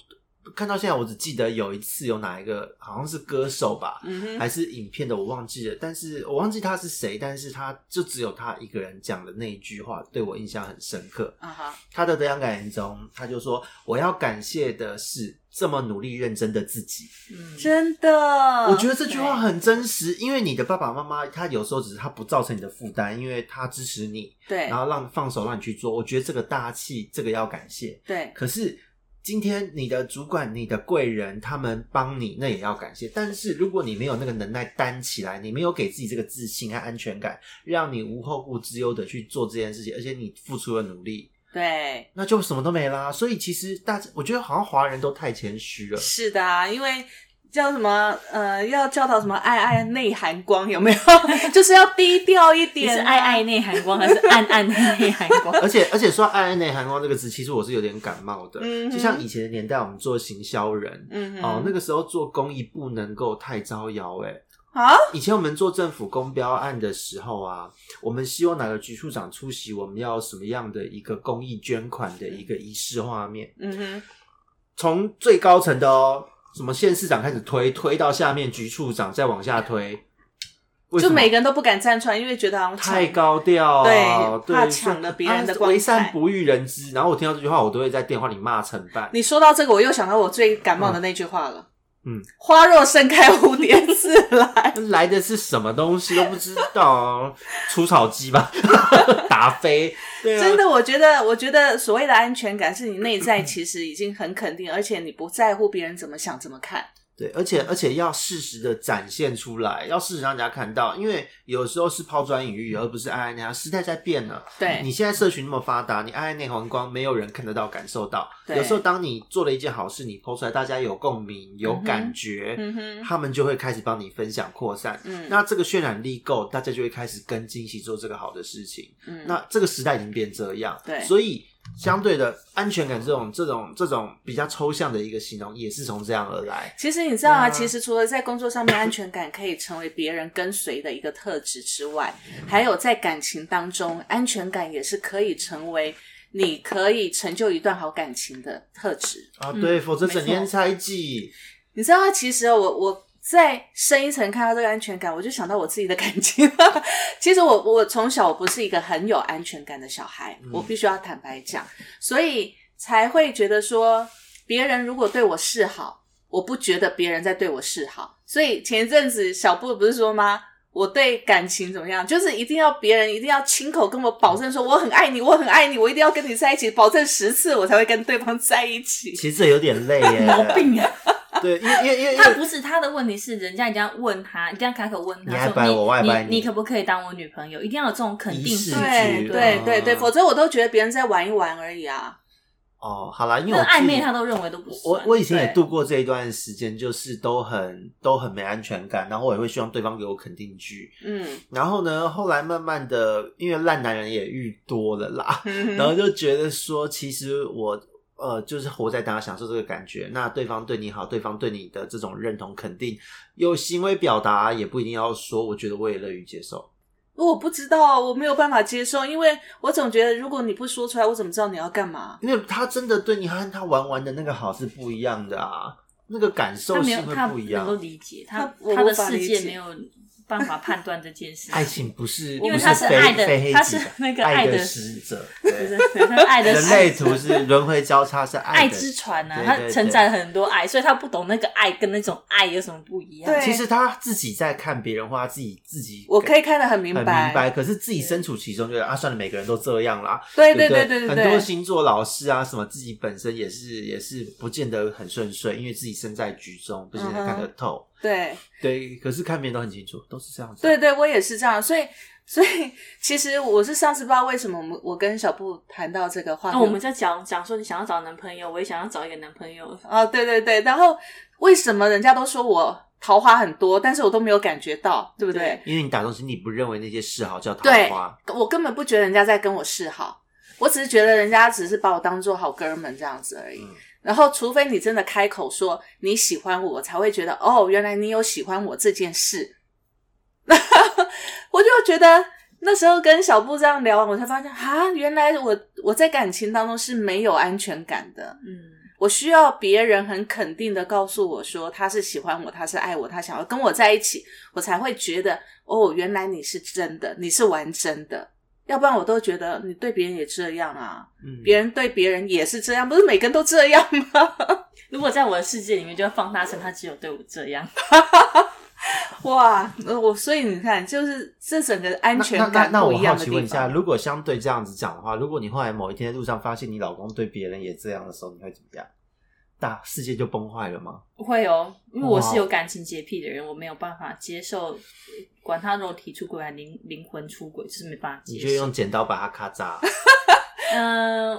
Speaker 3: 看到现在，我只记得有一次有哪一个好像是歌手吧，
Speaker 1: 嗯哼，
Speaker 3: 还是影片的，我忘记了，但是我忘记他是谁，但是他就只有他一个人讲的那一句话，对我印象很深刻。
Speaker 1: 啊哈，
Speaker 3: 他的得奖感言中，他就说：“我要感谢的是这么努力认真的自己。
Speaker 4: 嗯，
Speaker 1: 真的，
Speaker 3: 我觉得这句话很真实，因为你的爸爸妈妈，他有时候只是他不造成你的负担，因为他支持你，
Speaker 1: 对
Speaker 3: 然后让放手让你去做。我觉得这个大气，这个要感谢。
Speaker 1: 对
Speaker 3: 可是今天你的主管、你的贵人他们帮你，那也要感谢。但是如果你没有那个能耐担起来，你没有给自己这个自信和安全感，让你无后顾之忧的去做这件事情，而且你付出了努力，
Speaker 1: 对，
Speaker 3: 那就什么都没啦。所以其实大家，我觉得好像华人都太谦虚了。
Speaker 1: 是的啊，因为。叫什么？呃，要教导什么爱爱内涵光有没 有？就是要低调一
Speaker 4: 你
Speaker 1: 点
Speaker 4: 是
Speaker 1: 啊、
Speaker 4: 爱爱内涵光还是暗暗内涵 光？
Speaker 3: 而且而且说“爱爱内涵光”这个词，其实我是有点感冒的。
Speaker 1: 嗯哼
Speaker 3: 就像以前的年代，我们做行销人，
Speaker 1: 嗯哼
Speaker 3: 哦，那个时候做公益不能够太招摇、欸，
Speaker 1: 啊，
Speaker 3: 以前我们做政府公标案的时候啊，我们希望哪个局处长出席我们要什么样的一个公益捐款的一个仪式画面，
Speaker 1: 嗯哼，
Speaker 3: 从最高层的哦，什么县市长开始推，推到下面局处长，再往下推，为什
Speaker 1: 就
Speaker 3: 么
Speaker 1: 每个人都不敢站出来，因为觉得好像
Speaker 3: 太
Speaker 1: 抢
Speaker 3: 高调，
Speaker 1: 对
Speaker 3: 对，啊
Speaker 1: 怕抢了别人的光彩
Speaker 3: 为善不欲人知。然后我听到这句话，我都会在电话里骂承办。
Speaker 1: 你说到这个，我又想到我最感冒的那句话了。
Speaker 3: 嗯，
Speaker 1: 花若盛开，蝴蝶自来。
Speaker 3: 来的是什么东西都不知道，除草机吧， 达菲， 对啊，
Speaker 1: 真的，我觉得，我觉得所谓的安全感，是你内在其实已经很肯定，而且你不在乎别人怎么想、怎么看。
Speaker 3: 对，而且而且要适时的展现出来，要适时让大家看到，因为有时候是抛砖引玉，而不是暗暗那样。时代在变了，
Speaker 1: 对
Speaker 3: 你现在社群那么发达，你暗暗内涵光，没有人看得到、感受到。
Speaker 1: 对
Speaker 3: 有时候当你做了一件好事，你抛出来，大家有共鸣、有感觉，
Speaker 1: 嗯哼，
Speaker 3: 他们就会开始帮你分享扩散。
Speaker 1: 嗯
Speaker 3: 那这个渲染力够，大家就会开始跟进一起做这个好的事情。
Speaker 1: 嗯
Speaker 3: 那这个时代已经变这样，
Speaker 1: 对
Speaker 3: 所以相对的安全感这种、这种、这种比较抽象的一个形容，也是从这样而来。
Speaker 1: 其实你知道啊，
Speaker 3: 那
Speaker 1: 其实除了在工作上面安全感可以成为别人跟随的一个特质之外，还有在感情当中，安全感也是可以成为你可以成就一段好感情的特质。
Speaker 3: 啊，
Speaker 4: 嗯
Speaker 3: 对，否则
Speaker 4: 没
Speaker 3: 整天
Speaker 4: 错
Speaker 3: 猜忌。
Speaker 1: 你知道，其实哦我我再深一层看到这个安全感，我就想到我自己的感情。 其实我我从小我不是一个很有安全感的小孩，我必须要坦白讲，所以才会觉得说，别人如果对我示好，我不觉得别人在对我示好。所以前一阵子小布不是说吗？我对感情怎么样，就是一定要别人一定要亲口跟我保证说我很爱你，我很爱你，我一定要跟你在一起，保证十次我才会跟对方在一起。
Speaker 3: 其实这有点累耶，
Speaker 4: 毛病啊！
Speaker 3: 对，因为因为因为因
Speaker 4: 他
Speaker 3: 为
Speaker 4: 不是他的问题是，人家一定要问他，一定要开口问
Speaker 3: 你
Speaker 4: 他
Speaker 3: 爱
Speaker 4: 说
Speaker 3: 掰我我爱掰
Speaker 4: 你
Speaker 3: 你
Speaker 4: 你可不可以当我女朋友？一定要有这种肯定
Speaker 3: 仪式
Speaker 4: 句。
Speaker 1: 对
Speaker 3: 是
Speaker 1: 对
Speaker 3: 啊
Speaker 1: 对对，否则我都觉得别人在玩一玩而已啊。
Speaker 3: 哦，好啦，因为
Speaker 4: 那
Speaker 3: 我
Speaker 4: 暧昧
Speaker 3: 自己
Speaker 4: 他都认为都不
Speaker 3: 我
Speaker 4: 算。
Speaker 3: 我以前也
Speaker 1: 对
Speaker 3: 度过这一段时间，就是都很都很没安全感，然后我也会希望对方给我肯定句。
Speaker 1: 嗯，
Speaker 3: 然后呢，后来慢慢的，因为烂男人也遇多了啦，
Speaker 1: 然
Speaker 3: 然后就觉得说，其实我呃就是活在当下，享受这个感觉。那对方对你好，对方对你的这种认同肯定，有行为表达也不一定要说，我觉得我也乐于接受。
Speaker 1: 我不知道，我没有办法接受，因为我总觉得如果你不说出来，我怎么知道你要干嘛？
Speaker 3: 因为他真的对你和他玩玩的那个好是不一样的啊，那个感
Speaker 4: 他
Speaker 3: 受
Speaker 4: 没
Speaker 3: 性
Speaker 4: 有，
Speaker 3: 会
Speaker 4: 他
Speaker 3: 不一
Speaker 4: 能够
Speaker 3: 样。
Speaker 4: 理解他
Speaker 1: 他我
Speaker 4: 他的
Speaker 1: 无法
Speaker 4: 世
Speaker 1: 理
Speaker 4: 界
Speaker 1: 解
Speaker 4: 没有办法判断这件事。
Speaker 3: 爱情不是，
Speaker 4: 因为
Speaker 3: 不是
Speaker 4: 他是
Speaker 3: 非
Speaker 4: 爱的
Speaker 3: 非黑
Speaker 4: 他
Speaker 3: 即
Speaker 4: 是
Speaker 3: 白
Speaker 4: 那个
Speaker 3: 爱
Speaker 4: 爱的
Speaker 3: 使者，
Speaker 4: 就
Speaker 3: 对
Speaker 4: 是爱的
Speaker 3: 人类图是轮回交叉，是爱
Speaker 4: 爱
Speaker 3: 的
Speaker 4: 之船呐、
Speaker 3: 对
Speaker 4: 它
Speaker 3: 对对
Speaker 4: 承载了很多爱，所以他不懂那个爱跟那种爱有什么不一样。
Speaker 1: 对
Speaker 3: 其实他自己在看别人或他自己自己，
Speaker 1: 我可以看得很明
Speaker 3: 很明
Speaker 1: 白，
Speaker 3: 白，可是自己身处其中，觉得啊，算了，每个人都这样啦。
Speaker 1: 对
Speaker 3: 对
Speaker 1: 对对
Speaker 3: 不
Speaker 1: 对
Speaker 3: 很多
Speaker 1: 对，
Speaker 3: 星座老师啊，什么自己本身也是也是不见得很顺遂，因为自己身在局中，不见得看得
Speaker 1: 嗯
Speaker 3: 透。
Speaker 1: 对
Speaker 3: 对，可是看别人都很清楚，都是这样子。啊
Speaker 1: 对对，我也是这样，所以所以其实我是上次不知道为什么我们我跟小布谈到这个话题，
Speaker 4: 那哦我们在讲讲说你想要找男朋友，我也想要找一个男朋友。
Speaker 1: 啊、对对对，然后为什么人家都说我桃花很多，但是我都没有感觉到，对不对？
Speaker 3: 因为你打从心底不认为那些嗜好叫桃
Speaker 1: 对
Speaker 3: 花，
Speaker 1: 我根本不觉得人家在跟我示好，我只是觉得人家只是把我当做好哥们这样子而已。
Speaker 3: 嗯
Speaker 1: 然后，除非你真的开口说你喜欢我，我才会觉得哦，原来你有喜欢我这件事。 我就觉得那时候跟小布这样聊完，我才发现啊，原来我我在感情当中是没有安全感的。
Speaker 4: 嗯，
Speaker 1: 我需要别人很肯定的告诉我说他是喜欢我，他是爱我，他想要跟我在一起，我才会觉得哦，原来你是真的，你是玩真的。要不然我都觉得你对别人也这样啊，
Speaker 3: 嗯，
Speaker 1: 别人对别人也是这样，不是每个人都这样吗？
Speaker 4: 如果在我的世界里面，就要放大成他只有对我这样。
Speaker 1: 哇，呃我所以你看，就是这整个安
Speaker 3: 那
Speaker 1: 全
Speaker 3: 那那
Speaker 1: 感
Speaker 3: 那
Speaker 1: 不
Speaker 3: 我
Speaker 1: 一
Speaker 3: 好
Speaker 1: 样的
Speaker 3: 奇
Speaker 1: 地
Speaker 3: 问一下，
Speaker 1: 方。
Speaker 3: 如果相对这样子讲的话，如果你后来某一天在路上发现你老公对别人也这样的时候，你会怎么样？大世界就崩坏了吗？
Speaker 4: 会哦，因为
Speaker 3: 哇
Speaker 4: 我是有感情洁癖的人，我没有办法接受，管他肉体出轨还灵灵魂出轨，就是没办法
Speaker 3: 你
Speaker 4: 接
Speaker 3: 就
Speaker 4: 受。
Speaker 3: 用剪刀把他咔 嚓。
Speaker 4: 嗯、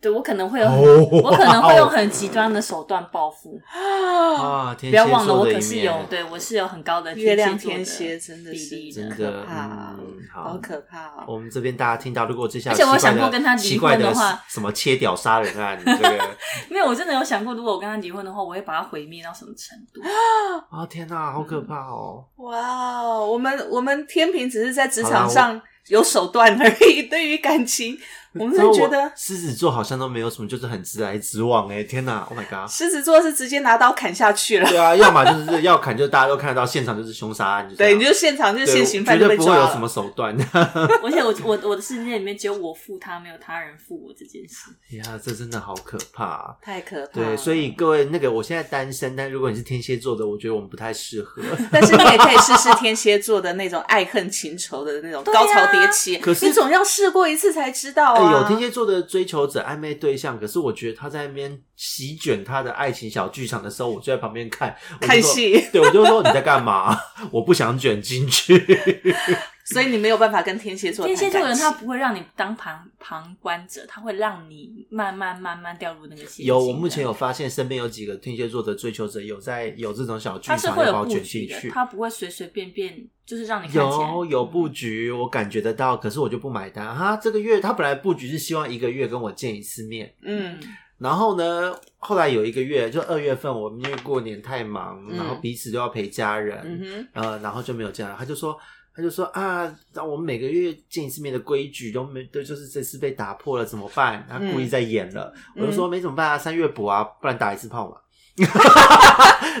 Speaker 4: 对我可能会有，
Speaker 3: 哦
Speaker 4: 我可能会用很极端的手段报复。
Speaker 1: 啊，
Speaker 3: 啊！天
Speaker 4: 不要
Speaker 3: 蝎
Speaker 4: 忘了，
Speaker 3: 座
Speaker 4: 我
Speaker 3: 的
Speaker 4: 可
Speaker 3: 一
Speaker 4: 是
Speaker 3: 面
Speaker 4: 有，对我是有很高的
Speaker 1: 月亮
Speaker 4: 座
Speaker 1: 天蝎真的
Speaker 4: 比例
Speaker 1: 是
Speaker 3: 真
Speaker 1: 可
Speaker 3: 的
Speaker 1: 怕啊
Speaker 3: 嗯，好
Speaker 1: 好可怕哦！
Speaker 3: 我们这边大家听到，如果接下来
Speaker 4: 而且我
Speaker 3: 奇怪
Speaker 4: 想过
Speaker 3: 的
Speaker 4: 跟他离
Speaker 3: 奇怪
Speaker 4: 婚的
Speaker 3: 的
Speaker 4: 话
Speaker 3: 什么切屌杀人案，这个
Speaker 4: 没有，我真的有想过，如果我跟他离婚的话，我会把他毁灭到什么程度？
Speaker 3: 啊天哪，好可怕哦！
Speaker 1: 哇哦，我们我们天平只是在职
Speaker 3: 好啦
Speaker 1: 场
Speaker 3: 我
Speaker 1: 上有手段而已，对于感 情，我们是
Speaker 3: 然后
Speaker 1: 觉得
Speaker 3: 狮子座好像都没有什么，就是很直来直往哎、天哪，Oh my god！
Speaker 1: 狮子座是直接拿刀砍下去了，
Speaker 3: 对啊，要么就是要砍，就大家都看得到，现场就是凶杀案，就这
Speaker 1: 对，
Speaker 3: 样
Speaker 1: 你就现场就
Speaker 3: 对
Speaker 1: 现行犯
Speaker 3: 绝
Speaker 1: 就被
Speaker 3: 对不会
Speaker 1: 抓
Speaker 3: 有什么
Speaker 1: 了。
Speaker 3: 手段。
Speaker 4: 而且我我我的世界里面只有我负他，没有他人负我这件事。
Speaker 3: 呀，这真的好可怕、
Speaker 1: 太可怕了！
Speaker 4: 啊
Speaker 3: 对，所以各位，那个我现在单身，但如果你是天蝎座的，我觉得我们不太适合。
Speaker 1: 但是你也可以试试天蝎座的那种爱恨情仇的那种
Speaker 4: 对啊
Speaker 1: 高潮迭起，
Speaker 3: 可是
Speaker 1: 你总要试过一次才知道
Speaker 3: 哎、
Speaker 1: 啊。
Speaker 3: 有天蝎座的追求者、暧昧对象，可是我觉得他在那边席卷他的爱情小剧场的时候，我就在旁边看我就
Speaker 1: 看
Speaker 3: 说
Speaker 1: 戏
Speaker 3: 对，我就说你在干嘛？ 我不想卷进去。
Speaker 1: 所以你没有办法跟天蝎座谈感
Speaker 4: 天
Speaker 1: 情。
Speaker 4: 蝎座的人他不会让你当旁旁观者，他会让你慢慢慢慢掉入那个陷阱。
Speaker 3: 有，我目前有。发现身边有几个天蝎座的追求者有在有这种小剧
Speaker 4: 他是
Speaker 3: 场，
Speaker 4: 会
Speaker 3: 要
Speaker 4: 有
Speaker 3: 把我
Speaker 4: 布
Speaker 3: 卷
Speaker 4: 局
Speaker 3: 进
Speaker 4: 的，
Speaker 3: 去。
Speaker 4: 他不会随随便便就是让你看起来
Speaker 3: 有有布局，我感觉得到，可是我就不买单哈。这个月他本来布局是希望一个月跟我见一次面，
Speaker 1: 嗯，
Speaker 3: 然后呢，后来有一个月，就二月份，我们因为过年太忙，
Speaker 1: 嗯
Speaker 3: 然后彼此都要陪家人，
Speaker 1: 嗯哼，
Speaker 3: 呃，然后就没有这样。他就说，他就说啊，那我们每个月见一次面的规矩都没，都就是这次被打破了，怎么办？他故意在演了。
Speaker 1: 嗯
Speaker 3: 我就说没怎么办啊，三月补啊，不然打一次炮嘛。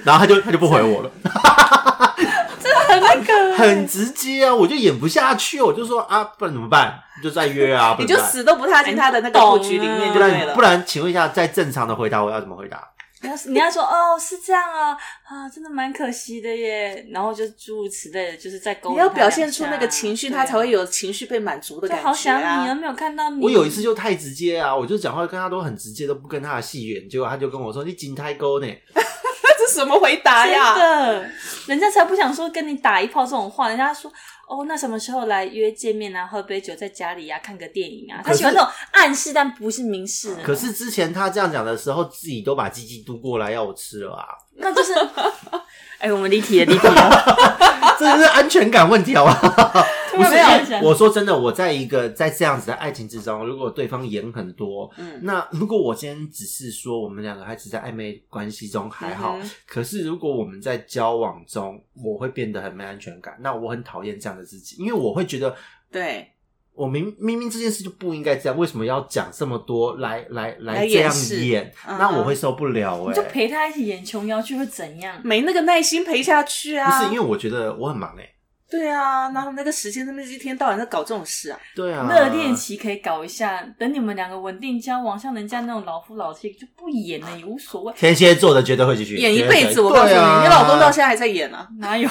Speaker 3: 然后他就他就不 回我了，
Speaker 1: 那个
Speaker 3: 很直接啊，我就演不下去，我就说啊，不然怎么办？就再约啊，
Speaker 1: 你
Speaker 3: 笨
Speaker 1: 就
Speaker 3: 蛋
Speaker 1: 死都不踏进他的那个布局里面
Speaker 4: 哎
Speaker 1: 就
Speaker 3: 不
Speaker 1: 对
Speaker 3: 然
Speaker 1: 了。
Speaker 3: 不然，请问一下，在正常的回答我要怎么回答？
Speaker 4: 你要你要说哦是这样啊啊，真的蛮可惜的耶，然后就诸如此类的，就是在勾
Speaker 1: 你
Speaker 4: 引
Speaker 1: 要
Speaker 4: 他
Speaker 1: 表
Speaker 4: 两
Speaker 1: 现出
Speaker 4: 下
Speaker 1: 那个情绪，
Speaker 4: 对
Speaker 1: 他才会
Speaker 4: 啊
Speaker 1: 有情绪被满足的
Speaker 4: 就
Speaker 1: 感觉、啊。
Speaker 4: 好想你啊，没有看到你。
Speaker 3: 我有一次就太直接啊，我就讲话跟他都很直接，都不跟他的戏缘，结果他就跟我说：“你金太沟呢
Speaker 1: 这什么回答
Speaker 3: 哎
Speaker 4: 真
Speaker 1: 呀？
Speaker 4: 的，人家才不想说跟你打一炮这种话，人家说。哦，那什么时候来约见面啊？喝杯酒，在家里啊，看个电影啊。他
Speaker 3: 可是
Speaker 4: 喜欢那种暗示，但不是明示 的。
Speaker 3: 可是之前他这样讲的时候，自己都把鸡鸡嘟过来要我吃了啊，
Speaker 4: 那就是，哎、我们离题了，离题 了。
Speaker 3: 这就是安全感问题好不好？不是
Speaker 4: 啊没有
Speaker 3: 因为我说真的，我在一个在这样子的爱情之中，如果对方盐很多，
Speaker 1: 嗯
Speaker 3: 那如果我今天只是说我们两个还只在暧昧关系中还好，
Speaker 1: 嗯哼
Speaker 3: 可是如果我们在交往中，我会变得很没安全感，那我很讨厌这样的自己，因为我会觉得
Speaker 1: 对，
Speaker 3: 我明明明这件事就不应该这样，为什么要讲这么多来来
Speaker 1: 来
Speaker 3: 来这
Speaker 1: 掩
Speaker 3: 样
Speaker 1: 饰
Speaker 3: 演？
Speaker 1: 嗯
Speaker 3: 那我会受不了
Speaker 4: 你
Speaker 3: 哎、
Speaker 4: 就陪他一起演琼瑶剧会怎样？
Speaker 1: 没那个耐心陪下去啊。
Speaker 3: 不是因为我觉得我很忙哎、
Speaker 1: 对啊，哪有那个时间，那么一天到晚在搞这种事啊？
Speaker 3: 对啊，
Speaker 4: 热恋期可以搞一下，等你们两个稳定交往，像人家那种老夫老妻就不演了，也无所谓。
Speaker 3: 天蝎座的绝对会继续
Speaker 1: 演一
Speaker 3: 绝对
Speaker 1: 辈子，我告诉你，
Speaker 3: 对啊
Speaker 1: 你老公到现在还在演啊。
Speaker 4: 哪有？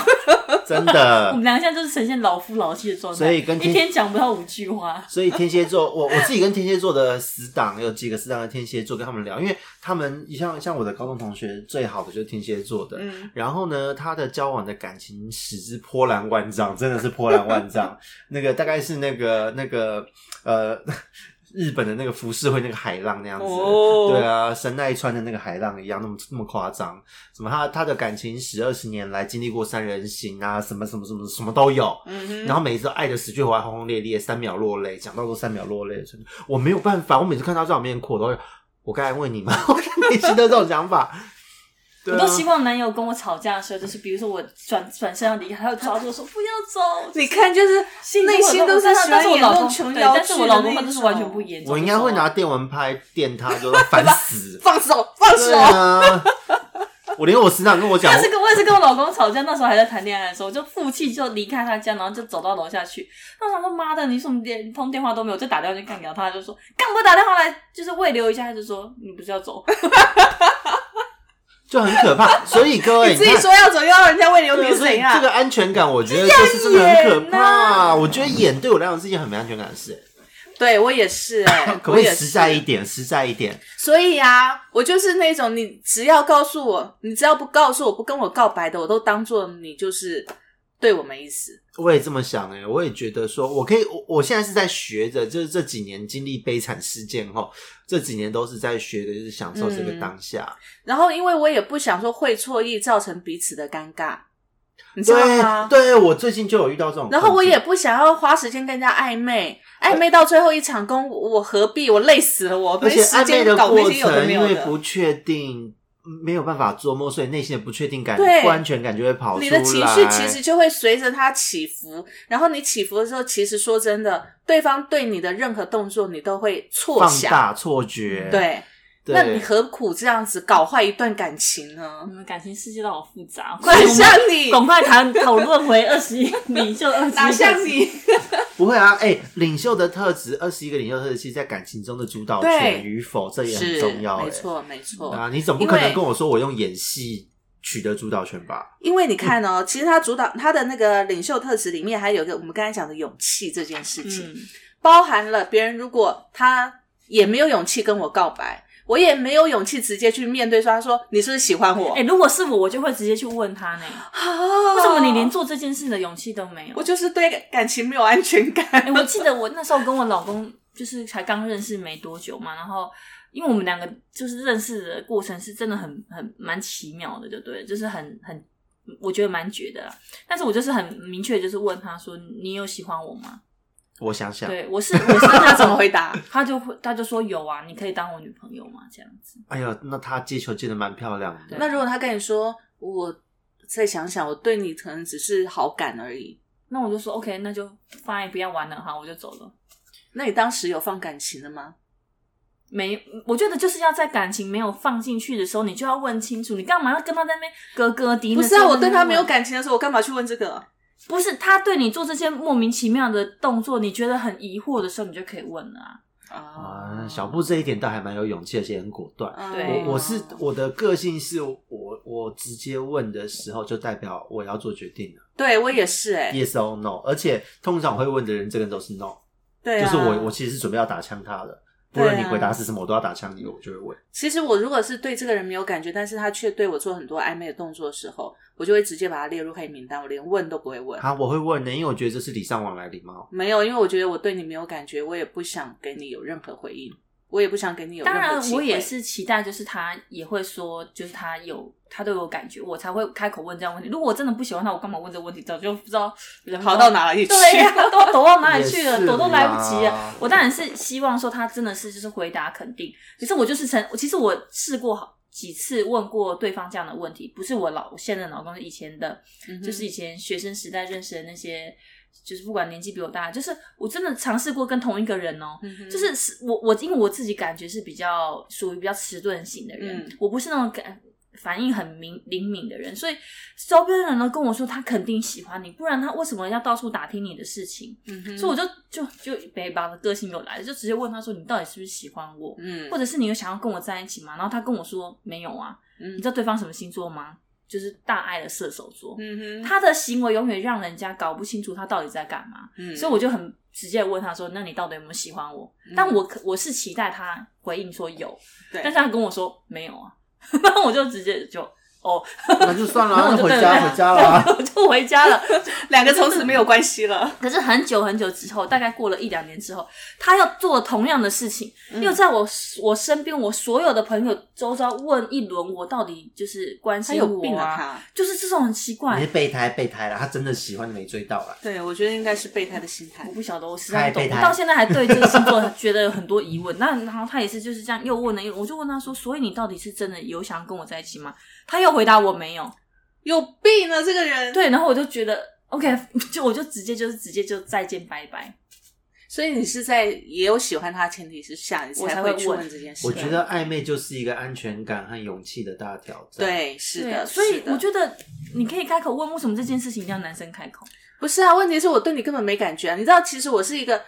Speaker 3: 真
Speaker 4: 我
Speaker 3: 的
Speaker 4: 们。两个现在就是呈现老夫老妻的状态，
Speaker 3: 所以跟
Speaker 4: 一天讲不到五句话。
Speaker 3: 所以天蝎座，我我自己跟天蝎座的死党有几个死党的天蝎座跟他们聊，因为他们像像我的高中同学最好的就是天蝎座的，
Speaker 1: 嗯，
Speaker 3: 然后呢，他的交往的感情史之波澜万丈，真的是波澜 万丈。那个大概是那个那个呃， 日本的那个浮世绘那个海浪那样子。
Speaker 1: 哦
Speaker 3: 对啊，神奈川的那个海浪一样，那么那么夸张。什么他他的感情史二十年来经历过三人行啊，什么什么什么什么都有。
Speaker 1: 嗯哼，
Speaker 3: 然后每一次都爱的死去活来，轰轰烈烈，三秒落泪，讲到都三秒落泪的程度，我没有办法，我每次看到这场面哭，我都会，我刚才问你吗？ 我每次都这种想法，对
Speaker 4: 我
Speaker 3: 啊
Speaker 4: 都希望男友跟我吵架的时候，就是比如说我转转身要离开，他会抓住我说不要走。
Speaker 1: 你看，就是内心都
Speaker 4: 但
Speaker 1: 喜欢
Speaker 4: 但是我
Speaker 1: 演
Speaker 4: 老
Speaker 1: 那
Speaker 4: 公
Speaker 1: 种琼
Speaker 4: 对
Speaker 1: 瑶剧，。
Speaker 4: 但是我老公他就是完全不。演。
Speaker 3: 我应该会拿电蚊拍电他，就说烦死
Speaker 1: 放手，放
Speaker 3: 对
Speaker 1: 手！
Speaker 3: 啊，我连我师长跟我 讲
Speaker 4: 但，哦是跟我也是跟我老公吵架，那时候还在谈恋爱的时候，我就负气就离开他家，然后就走到楼下去。那我想说，妈的，你什么连通电话都没有？我就打电话去干掉他，他就说干嘛打电话来，就是慰留一下，他就说你不是要走？
Speaker 3: 就很可怕。所以各位，
Speaker 1: 你自己
Speaker 3: 看
Speaker 1: 说要走，又要人家为你有
Speaker 3: 对
Speaker 1: 你
Speaker 3: 所以
Speaker 1: 谁啊？
Speaker 3: 这个安全感，我觉得就是真的很可
Speaker 4: 这样演
Speaker 3: 怕。我觉得演对我来讲是一件很没安全感的事，
Speaker 1: 对我也是、哎，
Speaker 3: 可不可以
Speaker 1: 我也
Speaker 3: 实在
Speaker 1: 是
Speaker 3: 一点？实在一点，
Speaker 1: 所以啊，我就是那种你只要告诉我，你只要不告诉我，不跟我告白的，我都当做你就是对我没意思。
Speaker 3: 我也这么想哎、我也觉得说，我可以，我我现在是在学着，就是这几年经历悲惨事件后，这几年都是在学的，就是享受这个
Speaker 1: 嗯
Speaker 3: 当下。
Speaker 1: 然后，因为我也不想说会错意造成彼此的尴尬，你知道
Speaker 3: 对
Speaker 1: 吗？
Speaker 3: 对，我最近就有遇到这种困境，
Speaker 1: 然后我也不想要花时间跟人家暧昧，暧昧到最后一场工，我何必？我累死了我，
Speaker 3: 而且
Speaker 1: 没时
Speaker 3: 暧昧
Speaker 1: 间
Speaker 3: 的
Speaker 1: 搞那
Speaker 3: 过
Speaker 1: 些有的
Speaker 3: 程，
Speaker 1: 没
Speaker 3: 因
Speaker 1: 有
Speaker 3: 为
Speaker 1: 的。
Speaker 3: 不确定，没有办法捉摸，所以内心的不确定感、
Speaker 1: 对
Speaker 3: 不安全感就会跑出来。
Speaker 1: 你的情绪其实就会随着它起伏，然后你起伏的时候，其实说真的，对方对你的任何动作，你都会错
Speaker 3: 放
Speaker 1: 想。
Speaker 3: 大错觉，
Speaker 1: 对，
Speaker 3: 对
Speaker 1: 那你何苦这样子搞坏一段感情呢
Speaker 4: 你？们嗯感情世界都好复杂，
Speaker 1: 哪像你，
Speaker 4: 赶快谈讨论回二十一领袖二十一，
Speaker 1: 哪像你？
Speaker 3: 不会啊？哎、领袖的特质，二十一个领袖特质，其实在感情中的主导
Speaker 1: 对
Speaker 3: 权与否，这也很
Speaker 1: 是，
Speaker 3: 重要、哎
Speaker 4: 欸
Speaker 1: 没错，没错。
Speaker 3: 啊！你总不可
Speaker 1: 因
Speaker 3: 能
Speaker 1: 为
Speaker 3: 跟我说我用演戏取得主导权吧？
Speaker 1: 因为你看哦， 其实他主导他的那个领袖特质里面，还有一个我们刚才讲的勇气这件事情，
Speaker 4: 嗯，
Speaker 1: 包含了别人如果他也没有勇气跟我告白，我也没有勇气直接去面对说，他说你是不是喜欢我？
Speaker 4: 哎、如果是我，我就会直接去问他呢，
Speaker 1: 啊
Speaker 4: 为什么你连做这件事的勇气都没有
Speaker 1: 我？就是对感情没有安全感？
Speaker 4: 哎、我记得我那时候跟我老公就是才刚认识没多久嘛，然后因为我们两个就是认识的过程是真的很很蛮奇妙的，就对了，就是很很我觉得蛮绝的啦。但是我就是很明确，就是问他说：“你有喜欢我吗
Speaker 3: 我想？”想，
Speaker 4: 对我是我是那
Speaker 1: 他
Speaker 4: 种
Speaker 1: 啊 怎么回答？
Speaker 4: 他就会他就说有啊，你可以当我女朋友吗？这样子，
Speaker 3: 哎呀，那他接球接的蛮漂亮的
Speaker 4: 对。
Speaker 1: 那如果他跟你说，我再想想，我对你可能只是好感而已，
Speaker 4: 那我就说 OK，那就 fine，不要玩了哈，我就走了。
Speaker 1: 那你当时有放感情了吗？
Speaker 4: 没，我觉得就是要在感情没有放进去的时候，你就要问清楚，你干嘛要跟他在那边格格敌？
Speaker 1: 不是啊，我对他没有，感情的时候，我干嘛去问这个？
Speaker 4: 不是他对你做这些莫名其妙的动作，你觉得很疑惑的时候，你就可以问了啊。
Speaker 3: 啊、小布这一点倒还蛮有勇气，而且很果断。
Speaker 1: 哦嗯，
Speaker 4: 对
Speaker 3: 我我是我的个性是我我直接问的时候就代表我要做决定了
Speaker 1: 对我也是哎、
Speaker 3: ，yes or no。而且通常我会问的人，这个人都是 no，、
Speaker 1: 对啊，
Speaker 3: 就是我我其实是准备要打枪他的，不
Speaker 1: 对啊
Speaker 3: 论你回答是什么，我都要打枪你，我就会问。
Speaker 1: 其实我如果是对这个人没有感觉，但是他却对我做很多暧昧的动作的时候，我就会直接把他列入黑名单，我连问都不会 问。
Speaker 3: 啊，我会问的，因为我觉得这是礼尚往来礼貌。
Speaker 1: 没有，因为我觉得我对你没有感觉，我也不想给你有任何回应，我也不想给你有任
Speaker 4: 当
Speaker 1: 何
Speaker 4: 然，
Speaker 1: 机会
Speaker 4: 我也是期待，就是他也会说，就是他有他对我有感觉，我才会开口问这样的问题。如果我真的不喜欢他，我干嘛问这个问题？早就不知道人
Speaker 1: 跑到哪里去。
Speaker 4: 对呀、都躲到哪里去
Speaker 3: 也
Speaker 4: 了，
Speaker 3: 是
Speaker 4: 躲都来不及
Speaker 3: 啦
Speaker 4: 了。我当然是希望说他真的是就是回答肯定，可是我就是曾，我其实我试过好几次问过对方这样的问题，不是我老我现任老公，是以前的，
Speaker 1: 嗯哼
Speaker 4: 就是以前学生时代认识的那些，就是不管年纪比我大，就是我真的尝试过跟同一个人哦、
Speaker 1: 嗯哼
Speaker 4: 就是是我我因为我自己感觉是比较属于比较迟钝型的人，
Speaker 1: 嗯
Speaker 4: 我不是那种感反应很敏灵敏的人，所以周边的人都跟我说他肯定喜欢你，不然他为什么要到处打听你的事情？
Speaker 1: 嗯哼
Speaker 4: 所以我就就就北巴的个性有来了，就直接问他说你到底是不是喜欢我，
Speaker 1: 嗯
Speaker 4: 或者是你有想要跟我在一起吗？然后他跟我说没有啊，你
Speaker 1: 嗯
Speaker 4: 知道对方什么星座吗？就是大爱的射手座，
Speaker 1: 嗯哼
Speaker 4: 他的行为永远让人家搞不清楚他到底在干嘛。
Speaker 1: 嗯
Speaker 4: 所以我就很直接地问他说：“那你到底有没有喜欢我？”
Speaker 1: 嗯
Speaker 4: 但我可我是期待他回应说有，
Speaker 1: 对
Speaker 4: 但是他跟我说没有啊， 然后我就直接就哦，
Speaker 3: 那就算了，
Speaker 4: 然后
Speaker 3: 那
Speaker 4: 我就
Speaker 3: 回
Speaker 4: 对
Speaker 3: 家
Speaker 4: 对
Speaker 3: 回家
Speaker 1: 啊
Speaker 3: 啊啦。
Speaker 4: 我就回家了。
Speaker 1: 两个从此没有关系 了。
Speaker 4: 可是很久很久之后，大概过了一两年之后，他又做同样的事情，
Speaker 1: 嗯
Speaker 4: 又在我我身边，我所有的朋友周遭问一轮，我到底就是关
Speaker 1: 他
Speaker 4: 心
Speaker 1: 有病
Speaker 4: 我
Speaker 1: 啊！
Speaker 4: 啊，
Speaker 1: 他
Speaker 4: 就是这种很奇
Speaker 3: 你
Speaker 4: 怪
Speaker 3: 是。备胎备胎啦，他真的喜欢你没追到啦。
Speaker 1: 对我觉得应该是备胎的心态
Speaker 4: 我。不晓得，我实在不
Speaker 3: 太
Speaker 4: 懂，
Speaker 3: 备
Speaker 4: 我
Speaker 3: 胎
Speaker 4: 到现在还对这个 星座觉得有很多疑问。那然后他也是就是这样又问了又，我就问他说：“所以你到底是真的有想跟我在一起吗？”他又回答我没有。
Speaker 1: 有病啊，这个人。
Speaker 4: 对，然后我就觉得 OK，就 我就直接就是直接就再见拜拜。
Speaker 1: 所以你是在也有喜欢他的前提之下，你
Speaker 4: 我才
Speaker 1: 会
Speaker 4: 会
Speaker 1: 去
Speaker 4: 问
Speaker 1: 问这件事。
Speaker 3: 我觉得暧昧就是一个安全感和勇气的大挑战。，
Speaker 1: 对，是
Speaker 4: 对
Speaker 1: 的，
Speaker 4: 所以
Speaker 1: 是的
Speaker 4: 我觉得你可以开口问，为什么这件事情一定要男生开口？
Speaker 1: 不是啊，问题是我对你根本没感觉啊。你知道，其实我是一个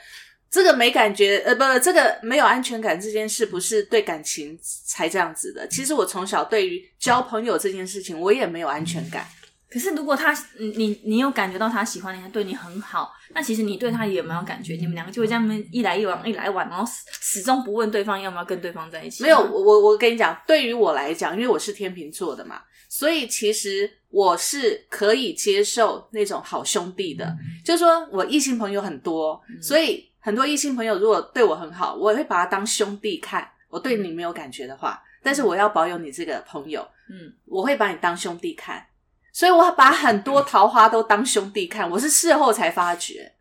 Speaker 1: 这个没感觉，呃，不，这个没有安全感这件事，不是对感情才这样子的。其实我从小对于交朋友这件事情，我也没有安全感。
Speaker 4: 可是如果他你你你有感觉到他喜欢你，他对你很好，那其实你对他也没有感觉，你们两个就会这样一来一往，一来一往，然后始始终不问对方要不要跟对方在一起。
Speaker 1: 没有，我我我跟你讲，对于我来讲，因为我是天秤座的嘛，所以其实我是可以接受那种好兄弟的，就是说我异性朋友很多，所以很多异性朋友如果对我很好，我也会把他当兄弟看。我对你没有感觉的话，但是我要保有你这个朋友，
Speaker 4: 嗯，
Speaker 1: 我会把你当兄弟看，所以我把很多桃花都当兄弟看，我是事后才发觉。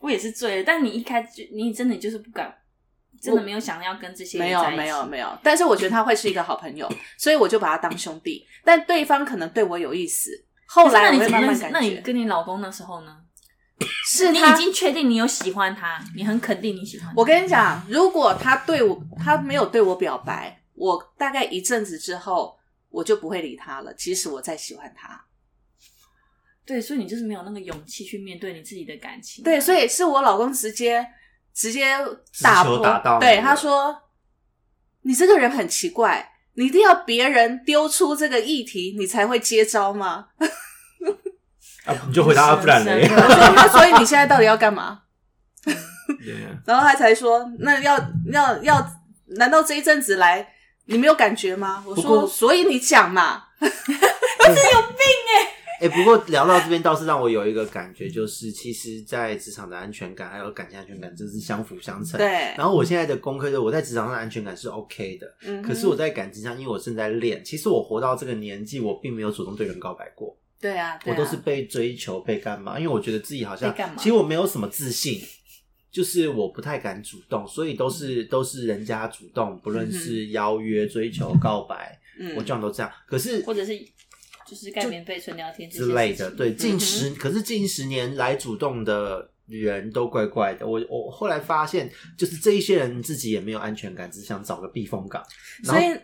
Speaker 4: 我也是醉了，但你一开就你真的就是不敢，真的没有想要跟这些人
Speaker 1: 没有
Speaker 4: 在一起
Speaker 1: 没有没有，但是我觉得他会是一个好朋友，所以我就把他当兄弟。但对方可能对我有意思，后
Speaker 4: 可是
Speaker 1: 来
Speaker 4: 那
Speaker 1: 我
Speaker 4: 你
Speaker 1: 会
Speaker 4: 怎么
Speaker 1: 慢
Speaker 4: 认
Speaker 1: 慢
Speaker 4: 识
Speaker 1: 感？
Speaker 4: 那你
Speaker 1: 觉，
Speaker 4: 跟你老公那时候呢？
Speaker 1: 是
Speaker 4: 你
Speaker 1: 他
Speaker 4: 已经确定你有喜欢他，你很肯定你喜欢他。
Speaker 1: 我跟你讲，如果他对我，他没有对我表白，我大概一阵子之后，我就不会理他了。即使我再喜欢他，
Speaker 4: 对，所以你就是没有那个勇气去面对你自己的感情。
Speaker 1: 对，所以是我老公直接直接打
Speaker 3: 直球
Speaker 1: 破，
Speaker 3: 打到你
Speaker 1: 对
Speaker 3: 了
Speaker 1: 他说：“你这个人很奇怪，你一定要别人丢出这个议题，你才会接招吗？
Speaker 3: 啊，你就回答他，不然嘞
Speaker 4: 是。啊
Speaker 1: 那所以你现在到底要干嘛？”
Speaker 3: 对啊
Speaker 1: 然后他才说：“那要要要，难道这一阵子来你没有感觉吗？”我
Speaker 3: 不过
Speaker 1: 说：“所以你讲嘛。
Speaker 3: 哎、不过聊到这边倒是让我有一个感觉，就是其实，在职场的安全感还有感情安全感，真是相辅相”成。。
Speaker 1: 对，
Speaker 3: 然后我现在的功课就是我在职场上的安全感是 OK 的，
Speaker 1: 嗯哼
Speaker 3: 可是我在感情上，因为我正在
Speaker 4: 嗯
Speaker 3: 练，其实我活到这个年纪，我并没有主动对人告白过，
Speaker 1: 对啊，对
Speaker 3: 我
Speaker 1: 啊
Speaker 3: 都是被追求、被干嘛？因为我觉得自己好像
Speaker 4: 被干嘛，
Speaker 3: 其实我没有什么自信，就是我不太敢主动，所以都
Speaker 4: 嗯
Speaker 3: 是都是人家主动，不论是邀约、追求、告白，
Speaker 1: 嗯
Speaker 3: 我这样都这样。可是
Speaker 4: 或者是就是盖棉被、纯聊天这些
Speaker 3: 之类的。
Speaker 4: 事情嗯
Speaker 3: 对，近十、可是近十年来主动的人都怪怪的。我我后来发现，就是这一些人自己也没有安全感，只想找个避风港。嗯然
Speaker 1: 所
Speaker 3: 后
Speaker 1: 以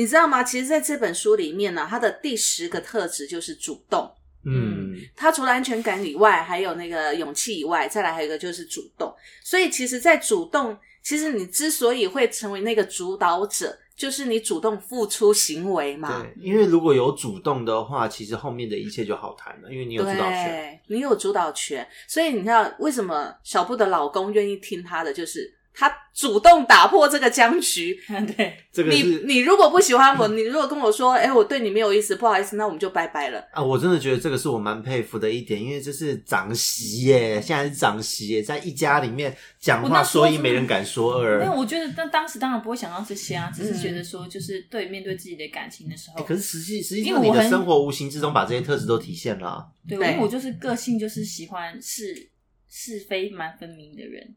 Speaker 1: 你知道吗？其实，在这本书里面呢、它的第十个特质就是主动。
Speaker 3: 嗯，
Speaker 1: 它除了安全感以外，还有那个勇气以外，再来还有一个就是主动。所以其实，在主动，其实你之所以会成为那个主导者，就是你主动付出行为嘛。
Speaker 3: 对，因为如果有主动的话，其实后面的一切就好谈了，因为你有主导权。
Speaker 1: 对，你有主导权，所以你知道为什么小布的老公愿意听他的，就是他主动打破这个僵局。
Speaker 4: 对，
Speaker 3: 这个
Speaker 1: 你
Speaker 3: 是
Speaker 1: 你如果不喜欢我，你如果跟我说，哎、我对你没有意思，不好意思，那我们就拜拜了。
Speaker 3: 啊，我真的觉得这个是我蛮佩服的一点，因为这是长媳耶，现在是长媳耶，在一家里面讲
Speaker 4: 我那
Speaker 3: 话
Speaker 4: 时候
Speaker 3: 说一
Speaker 4: 真
Speaker 3: 没
Speaker 4: 的
Speaker 3: 人敢说二。
Speaker 4: 但我觉得，但当时当然不会想到这些啊，只是觉
Speaker 1: 嗯
Speaker 4: 得说，就是对面对自己的感情的时候，
Speaker 3: 欸可是实际实际
Speaker 4: 因
Speaker 3: 上，
Speaker 4: 为
Speaker 3: 你
Speaker 4: 我
Speaker 3: 的
Speaker 4: 很
Speaker 3: 生活无形之中把这些特质都体现了啊、
Speaker 4: 对，
Speaker 1: 对
Speaker 4: 因为我就是个性就是喜欢是是非蛮分明的人，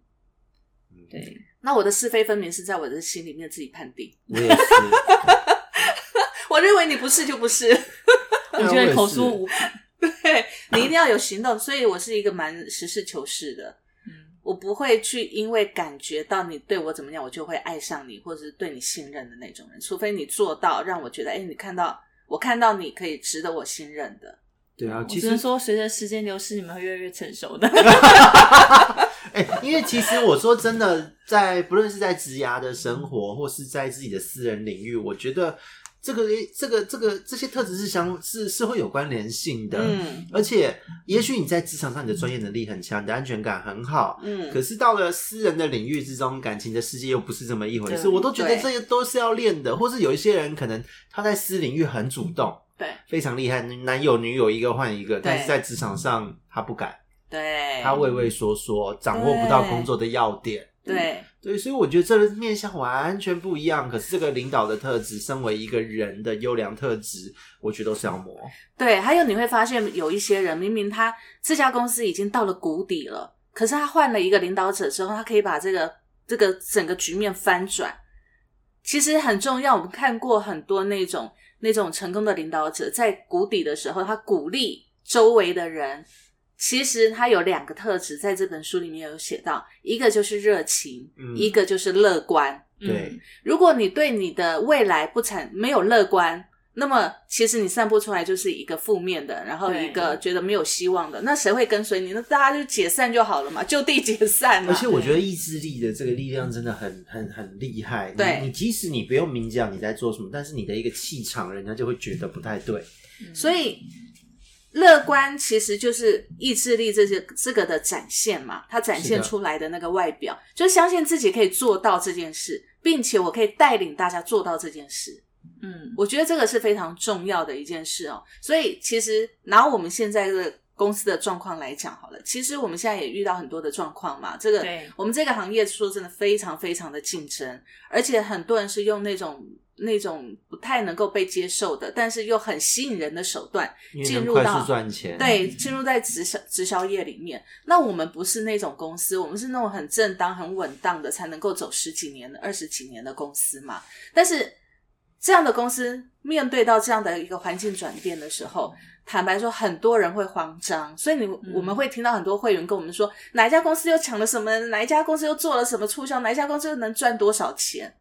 Speaker 4: 对，
Speaker 1: 那我的是非分明是在我的心里面自己判定。
Speaker 3: 我也是，
Speaker 1: 我认为你不是就不是，
Speaker 3: 对啊
Speaker 4: 我觉得口
Speaker 3: 我也
Speaker 4: 说
Speaker 3: 是
Speaker 4: 无凭，
Speaker 1: 对 你一定要有行动。所以我是一个蛮实事求是的，
Speaker 4: 嗯
Speaker 1: 我不会去因为感觉到你对我怎么样，我就会爱上你，或者是对你信任的那种人。除非你做到让我觉得，哎，你看到我看到你可以值得我信任的。
Speaker 3: 对啊，
Speaker 4: 我
Speaker 3: 其
Speaker 4: 只
Speaker 3: 实
Speaker 4: 能说随着时间流逝，你们会越来越成熟的。
Speaker 3: 哎、因为其实我说真的，在不论是在职涯的生活，或是在自己的私人领域，我觉得这个这个这个这些特质是相是是会有关联性的。
Speaker 1: 嗯
Speaker 3: 而且，也许你在职场上你的专业能力很强，你的安全感很好，
Speaker 1: 嗯，
Speaker 3: 可是到了私人的领域之中，感情的世界又不是这么一回事。
Speaker 4: 对
Speaker 3: 我都觉得
Speaker 1: 对
Speaker 3: 这些都是要练的，或是有一些人可能他在私领域很主动，
Speaker 1: 对
Speaker 3: 非常厉害，男友女友一个换一个，但是在职场上他不敢，
Speaker 1: 对，
Speaker 3: 他畏畏缩缩，掌握不到工作的要点。
Speaker 1: 对
Speaker 3: 对，所以我觉得这个面向完全不一样。可是这个领导的特质，身为一个人的优良特质，我觉得都是要磨。
Speaker 1: 对，还有你会发现有一些人，明明他这家公司已经到了谷底了，可是他换了一个领导者之后，他可以把这个这个整个局面翻转。其实很重要，我们看过很多那种那种成功的领导者，在谷底的时候，他鼓励周围的人。其实他有两个特质，在这本书里面有写到，一个就是热情，
Speaker 3: 嗯
Speaker 1: 一个就是乐观。
Speaker 3: 对
Speaker 4: 嗯，
Speaker 1: 如果你对你的未来不产没有乐观，那么其实你散播出来就是一个负面的，然后一个觉得没有希望的，那谁会跟随你？那大家就解散就好了嘛，就地解散嘛。
Speaker 3: 而且我觉得意志力的这个力量真的很很很厉害。你
Speaker 1: 对
Speaker 3: 你即使你不用明讲你在做什么，但是你的一个气场，人家就会觉得不太对。
Speaker 4: 嗯
Speaker 1: 所以乐观其实就是意志力这些这个的展现嘛，它展现出来的那个外表，就相信自己可以做到这件事，并且我可以带领大家做到这件事。
Speaker 4: 嗯，
Speaker 1: 我觉得这个是非常重要的一件事哦。所以其实拿我们现在的公司的状况来讲好了，其实我们现在也遇到很多的状况嘛。这个
Speaker 4: 对
Speaker 1: 我们这个行业说真的非常非常的竞争，而且很多人是用那种那种不太能够被接受的，但是又很吸引人的手段，
Speaker 3: 因为
Speaker 1: 进
Speaker 3: 能
Speaker 1: 入
Speaker 3: 快
Speaker 1: 到
Speaker 3: 速赚钱，，
Speaker 1: 对，进入在直销直销业里面。那我们不是那种公司，我们是那种很正当、很稳当的，才能够走十几年的、二十几年的公司嘛。但是这样的公司面对到这样的一个环境转变的时候，坦白说，很多人会慌张，所以你、我们会听到很多会员跟我们说，哪一家公司又抢了什么，哪一家公司又做了什么促销，哪一家公司又能赚多少钱，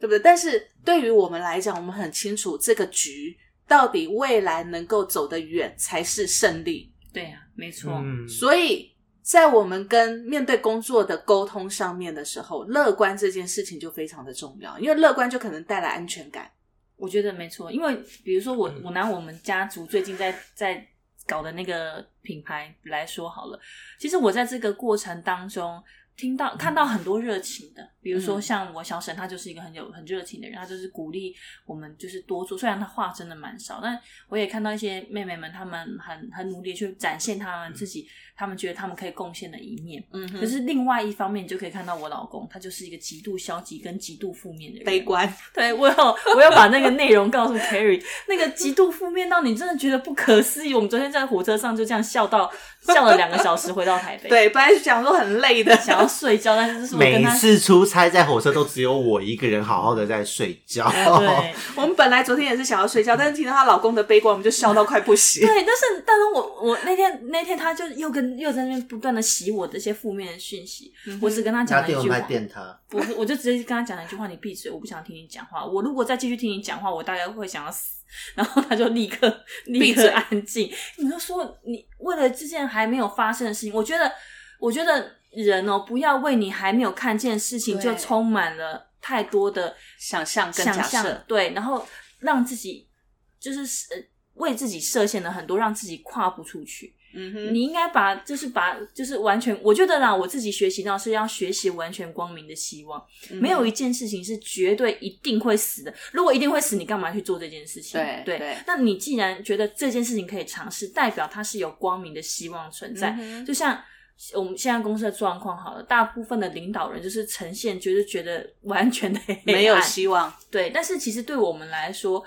Speaker 1: 对不对？但是对于我们来讲，我们很清楚这个局到底未来能够走得远才是胜利，
Speaker 4: 对啊，没错，
Speaker 3: 嗯，
Speaker 1: 所以。在我们跟面对工作的沟通上面的时候，乐观这件事情就非常的重要，因为乐观就可能带来安全感。
Speaker 4: 我觉得没错，因为比如说我
Speaker 1: 嗯
Speaker 4: 我拿我们家族最近在在搞的那个品牌来说好了，其实我在这个过程当中。听到看到很多热情的，比如说
Speaker 1: 嗯
Speaker 4: 像我小沈，他就是一个很有很热情的人，他就是鼓励我们就是多做。虽然他话真的蛮少，但我也看到一些妹妹们，她们很很努力地去展现她们自己，她们觉得她们可以贡献的一面。
Speaker 1: 嗯
Speaker 4: 可是另外一方面，你就可以看到我老公，他就是一个极度消极跟极度负面的人，
Speaker 1: 悲观，
Speaker 4: 对我有，我有把那个内容告诉 Carrie，那个极度负面到你真的觉得不可思议。我们昨天在火车上就这样笑到笑了两个小时，回到台 北，，
Speaker 1: 对，本来是讲说很累的，
Speaker 4: 想要睡觉，但是这是我
Speaker 3: 每
Speaker 4: 跟
Speaker 3: 一
Speaker 4: 他
Speaker 3: 次出猜在火车都只有我一个人好好的在睡觉。
Speaker 4: 呃
Speaker 3: 哦
Speaker 4: 对。
Speaker 1: 我们本来昨天也是想要睡觉，但是听到她老公的悲观，我们就笑到快不行。
Speaker 4: 对，但是但是我我那天那天他就又跟又在那边不断的洗我这些负面的讯息，
Speaker 1: 嗯
Speaker 4: 我只跟他讲
Speaker 3: 拿
Speaker 4: 了一
Speaker 3: 电
Speaker 4: 句
Speaker 3: 蚊拍
Speaker 4: 话，
Speaker 3: 电他，
Speaker 4: 不是，我就直接跟他讲了一句话，你闭嘴，我不想听你讲话。我如果再继续听你讲话，我大概会想要死。然后他就立刻立刻
Speaker 1: 嘴
Speaker 4: 安静。你就说你为了这件还没有发生的事情，我觉得我觉得人哦，不要为你还没有看见的事情
Speaker 1: 对
Speaker 4: 就充满了太多的
Speaker 1: 想象跟
Speaker 4: 想
Speaker 1: 假
Speaker 4: 象
Speaker 1: 设，
Speaker 4: 对，然后让自己就是呃为自己设限了很多，让自己跨不出去。
Speaker 1: 嗯哼，
Speaker 4: 你应该把就是把就是完全，我觉得啦，我自己学习到是要学习完全光明的希望，
Speaker 1: 嗯哼
Speaker 4: 没有一件事情是绝对一定会死的。如果一定会死，你干嘛去做这件事情？
Speaker 1: 对
Speaker 4: 对
Speaker 1: 对
Speaker 4: 那你既然觉得这件事情可以尝试，代表它是有光明的希望存在。
Speaker 1: 嗯哼
Speaker 4: 就像我们现在公司的状况好了，大部分的领导人就是呈现就是觉得完全的黑暗
Speaker 1: 没有希望，
Speaker 4: 对，但是其实对我们来说，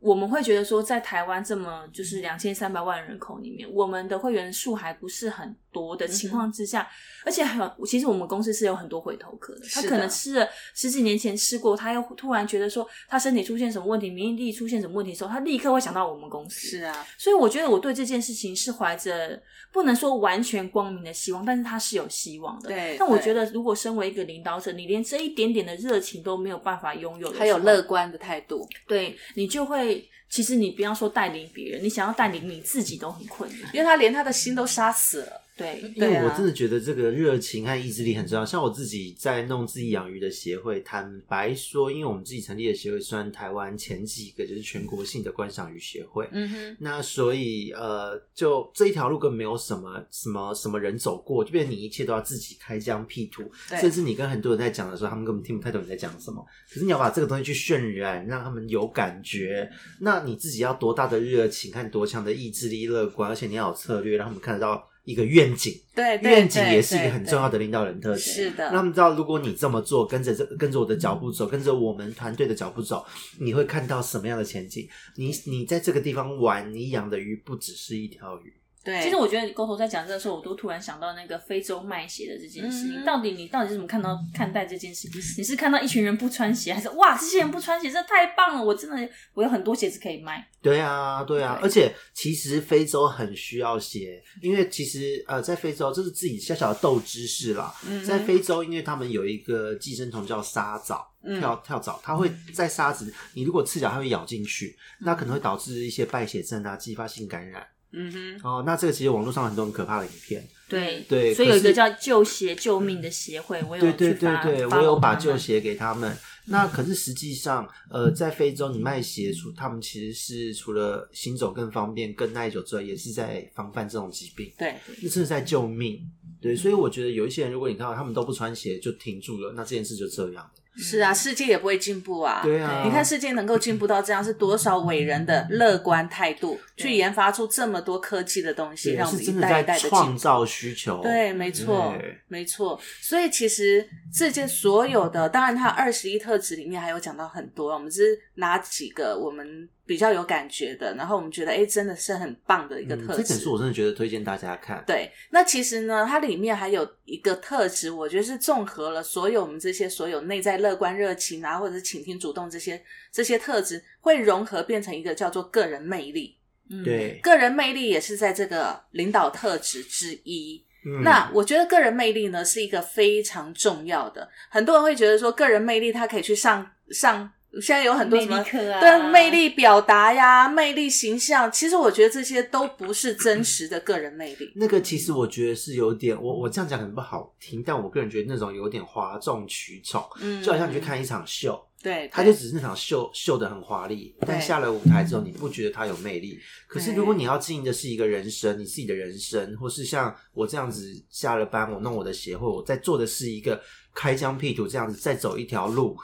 Speaker 4: 我们会觉得说，在台湾这么就是两千三百万人口里面，我们的会员数还不是很多
Speaker 1: 嗯
Speaker 4: 的情况之下，而且还有，其实我们公司是有很多回头客的，他
Speaker 1: 是
Speaker 4: 可
Speaker 1: 的
Speaker 4: 能吃了十几年前吃过，他又突然觉得说他身体出现什么问题，免疫力出现什么问题的时候，他立刻会想到我们公司。
Speaker 1: 是啊，
Speaker 4: 所以我觉得我对这件事情是怀着不能说完全光明的希望，但是它是有希望的。
Speaker 1: 对
Speaker 4: 但我
Speaker 1: 对
Speaker 4: 觉得，如果身为一个领导者，你连这一点点的热情都没有办法拥有的时候，
Speaker 1: 还有乐观的态度，
Speaker 4: 对你就会，其实你不要说带领别人，你想要带领你自己都很困难。
Speaker 1: 因为他连他的心都杀死了，
Speaker 4: 对，
Speaker 3: 因
Speaker 1: 对
Speaker 3: 为
Speaker 1: 啊
Speaker 3: 我真的觉得这个热情和意志力很重要。像我自己在弄自己养鱼的协会，坦白说，因为我们自己成立的协会，算台湾前几个就是全国性的观赏鱼协会。
Speaker 1: 嗯哼，
Speaker 3: 那所以呃，就这一条路更没有什么什么什么人走过，就变成你一切都要自己开疆辟土，
Speaker 1: 对
Speaker 3: 甚至你跟很多人在讲的时候，他们根本听不太懂你在讲什么。可是你要把这个东西去渲染，让他们有感觉，那你自己要多大的热情和多强的意志力、乐观，而且你要有策略，让他们看得到一个愿景。
Speaker 1: 对，对
Speaker 3: 愿景也是
Speaker 1: 对
Speaker 3: 一个很重要
Speaker 1: 对
Speaker 3: 的领导人特质。
Speaker 1: 是的
Speaker 3: 让他们知道，如果你这么做，跟着这跟着我的脚步走，跟着我们团队的脚步走，你会看到什么样的前景？你你在这个地方玩，你养的鱼不只是一条鱼，
Speaker 1: 对，
Speaker 4: 其实我觉得你沟头在讲这个时候，我都突然想到那个非洲卖鞋的这件事
Speaker 1: 嗯
Speaker 4: 情。到底你到底是怎么看到看待这件事？你是看到一群人不穿鞋，还是哇这些人不穿鞋，这太棒了！我真的我有很多鞋子可以卖。
Speaker 3: 对啊，对啊，
Speaker 4: 对
Speaker 3: 而且其实非洲很需要鞋，因为其实呃，在非洲这是自己小小的斗知识啦。
Speaker 1: 嗯
Speaker 3: 在非洲，因为他们有一个寄生虫叫沙蚤，
Speaker 1: 嗯
Speaker 3: 跳跳蚤，它会在沙子，你如果赤脚，它会咬进去，那可能会导致一些败血症啊、继发性感染。
Speaker 1: 嗯哼，
Speaker 3: 哦，那这个其实网络上很多很可怕的影片，
Speaker 1: 嗯
Speaker 4: 对
Speaker 3: 对
Speaker 4: 所以有一
Speaker 3: 可
Speaker 4: 个
Speaker 3: 是
Speaker 4: 叫救鞋救命的协会，我有
Speaker 3: 对对
Speaker 4: 去
Speaker 3: 对
Speaker 4: 发
Speaker 3: 对，
Speaker 4: 发
Speaker 3: 我有
Speaker 4: 我
Speaker 3: 把
Speaker 4: 妈妈
Speaker 3: 旧鞋给他们。那可是实际上，呃，在非洲你卖鞋，除他们其实是除了行走更方便、更耐久之外，也是在防范这种疾病，
Speaker 1: 对，
Speaker 3: 那真的是在救命。对，所以我觉得有一些人，如果你看到他们都不穿鞋就停住了，那这件事就这样。
Speaker 1: 是啊，世界也不会进步啊，
Speaker 3: 对啊，
Speaker 1: 你看世界能够进步到这样，是多少伟人的乐观态度去研发出这么多科技的东西，
Speaker 3: 对
Speaker 1: 让我
Speaker 3: 是
Speaker 1: 们一
Speaker 3: 真的
Speaker 1: 代
Speaker 3: 在
Speaker 1: 一代的
Speaker 3: 创
Speaker 1: 进步。
Speaker 3: 造需求。
Speaker 1: 对，没错
Speaker 3: 对，
Speaker 1: 没错。所以其实这件所有的，当然它二十一特质里面还有讲到很多，我们只是拿几个我们比较有感觉的，然后我们觉得哎，真的是很棒的一个
Speaker 3: 嗯
Speaker 1: 特
Speaker 3: 这
Speaker 1: 质。嗯
Speaker 3: 本书我真的觉得推荐大家看。
Speaker 1: 对，那其实呢，它里面还有一个特质，我觉得是综合了所有我们这些所有内在乐观、热情啊，或者是倾听、主动这些这些特质，会融合变成一个叫做个人魅力。
Speaker 4: 嗯
Speaker 3: 对，
Speaker 1: 个人魅力也是在这个领导特质之一。
Speaker 3: 嗯
Speaker 1: 那我觉得个人魅力呢是一个非常重要的，很多人会觉得说个人魅力它可以去上上，现在有很多什么
Speaker 4: 魅力课啊
Speaker 1: 对魅力表达呀、魅力形象，其实我觉得这些都不是真实的个人魅力。
Speaker 3: 那个其实我觉得是有点，我我这样讲很不好听，但我个人觉得那种有点哗众取宠，
Speaker 1: 嗯，
Speaker 3: 就好像你去看一场秀，
Speaker 1: 对，
Speaker 3: 它
Speaker 1: 对
Speaker 3: 就只是那场秀秀的很华丽，但
Speaker 1: 对
Speaker 3: 下了舞台之后你不觉得它有魅力。可是
Speaker 1: 对
Speaker 3: 如果你要经营的是一个人生，你自己的人生，或是像我这样子下了班我弄我的协会，我在做的是一个开疆辟土这样子再走一条路。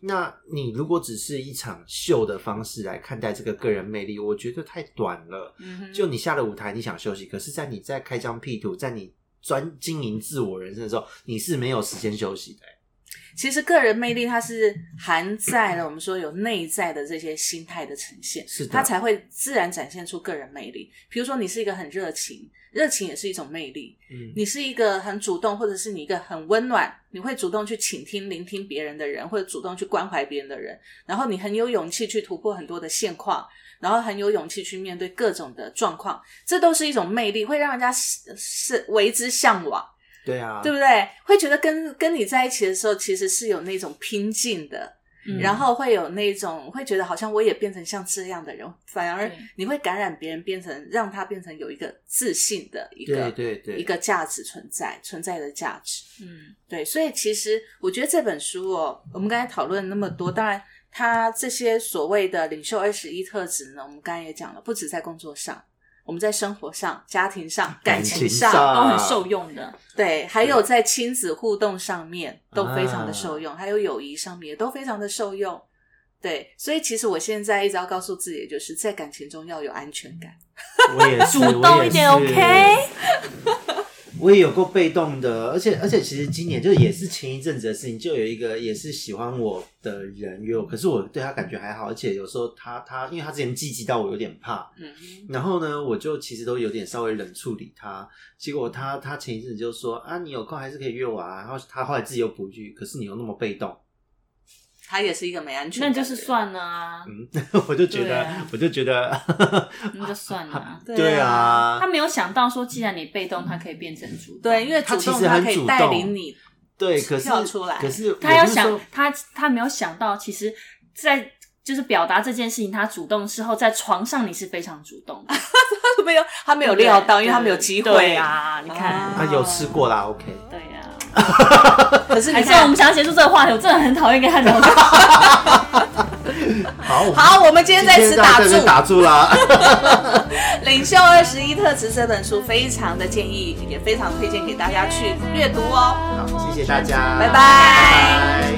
Speaker 3: 那你如果只是一场秀的方式来看待这个个人魅力，我觉得太短了。
Speaker 1: 嗯哼
Speaker 3: 就你下了舞台，你想休息，可是，在你在开疆辟土，在你专经营自我人生的时候，你是没有时间休息的欸、
Speaker 1: 其实个人魅力它是含在了我们说有内在的这些心态的呈现，
Speaker 3: 是的
Speaker 1: 它才会自然展现出个人魅力。比如说你是一个很热情，热情也是一种魅力；
Speaker 3: 嗯，
Speaker 1: 你是一个很主动，或者是你一个很温暖，你会主动去倾听、聆听别人的人，或者主动去关怀别人的人。然后你很有勇气去突破很多的现况，然后很有勇气去面对各种的状况，这都是一种魅力，会让人家是是为之向往。
Speaker 3: 对啊，
Speaker 1: 对不对？会觉得跟跟你在一起的时候，其实是有那种拼劲的，
Speaker 4: 嗯
Speaker 1: 然后会有那种会觉得好像我也变成像这样的人，反而
Speaker 4: 对
Speaker 1: 你会感染别人，变成让他变成有一个自信的一个
Speaker 3: 对对
Speaker 1: 一
Speaker 3: 对，
Speaker 1: 个价值存在，存在的价值。
Speaker 4: 嗯，
Speaker 1: 对，所以其实我觉得这本书哦，我们刚才讨论了那么多，当然它这些所谓的领袖二十一特质呢，我们刚才也讲了，不止在工作上，我们在生活上、家庭上、感
Speaker 3: 情
Speaker 1: 情
Speaker 3: 上
Speaker 1: 上
Speaker 4: 都
Speaker 3: 啊
Speaker 4: 很受用的。
Speaker 1: 对，还有在亲子互动上面都非常的受用，还有友谊上面也都非常的受用。对，所以其实我现在一直要告诉自己，就是在感情中要有安全感。
Speaker 3: 我也是，
Speaker 4: 主动一点
Speaker 3: 我也是
Speaker 4: OK
Speaker 3: 我也有过被动的，而且而且，其实今年就也是前一阵子的事情，就有一个也是喜欢我的人约我，可是我对他感觉还好，而且有时候他他，因为他之前积极到我有点怕，
Speaker 1: 嗯
Speaker 3: 然后呢，我就其实都有点稍微冷处理他。结果他他前一阵子就说啊，你有空还是可以约我啊。然后他后来自己又补一句，可是你又那么被动，
Speaker 1: 他也是一个没安全
Speaker 4: 那
Speaker 1: 感，
Speaker 4: 就是。算了啊，
Speaker 3: 我就觉得、
Speaker 4: 对啊
Speaker 3: 我就觉得，
Speaker 4: 那就算了啊。
Speaker 1: 对
Speaker 3: 对
Speaker 1: 啊
Speaker 4: 他
Speaker 3: 啊，
Speaker 4: 没有想到说，既然你被动，他可以变成主动。
Speaker 1: 对，因为
Speaker 3: 他
Speaker 1: 主
Speaker 3: 其
Speaker 1: 动
Speaker 3: 实很
Speaker 1: 可以
Speaker 3: 主
Speaker 1: 带
Speaker 3: 动
Speaker 1: 领你，
Speaker 3: 对，可是
Speaker 1: 跳出来
Speaker 3: 可是
Speaker 4: 他要
Speaker 3: 我那时候
Speaker 4: 想他他没有想到，其实，在就是表达这件事情，他主动之后，在床上你是非常主动的，
Speaker 1: 他没有他没有
Speaker 4: 对
Speaker 1: 料到，因为他没有机会
Speaker 4: 对。啊！你看，
Speaker 1: 啊
Speaker 3: 啊有吃过啦，OK。
Speaker 4: 对呀，
Speaker 1: 可是你
Speaker 4: 还是我
Speaker 1: 看
Speaker 4: 们，想要结束这个话题，我真的很讨厌跟他聊这个。
Speaker 3: 好，我们
Speaker 1: 好，我们今天
Speaker 3: 今
Speaker 1: 在
Speaker 3: 天
Speaker 1: 此
Speaker 3: 到
Speaker 1: 打
Speaker 3: 这
Speaker 1: 住
Speaker 3: 边。打住啦。
Speaker 1: 《领袖二十一特质》这本书非常的建议，也非常推荐给大家去阅读哦。
Speaker 3: 好，谢谢大家，
Speaker 1: 拜拜
Speaker 3: 拜拜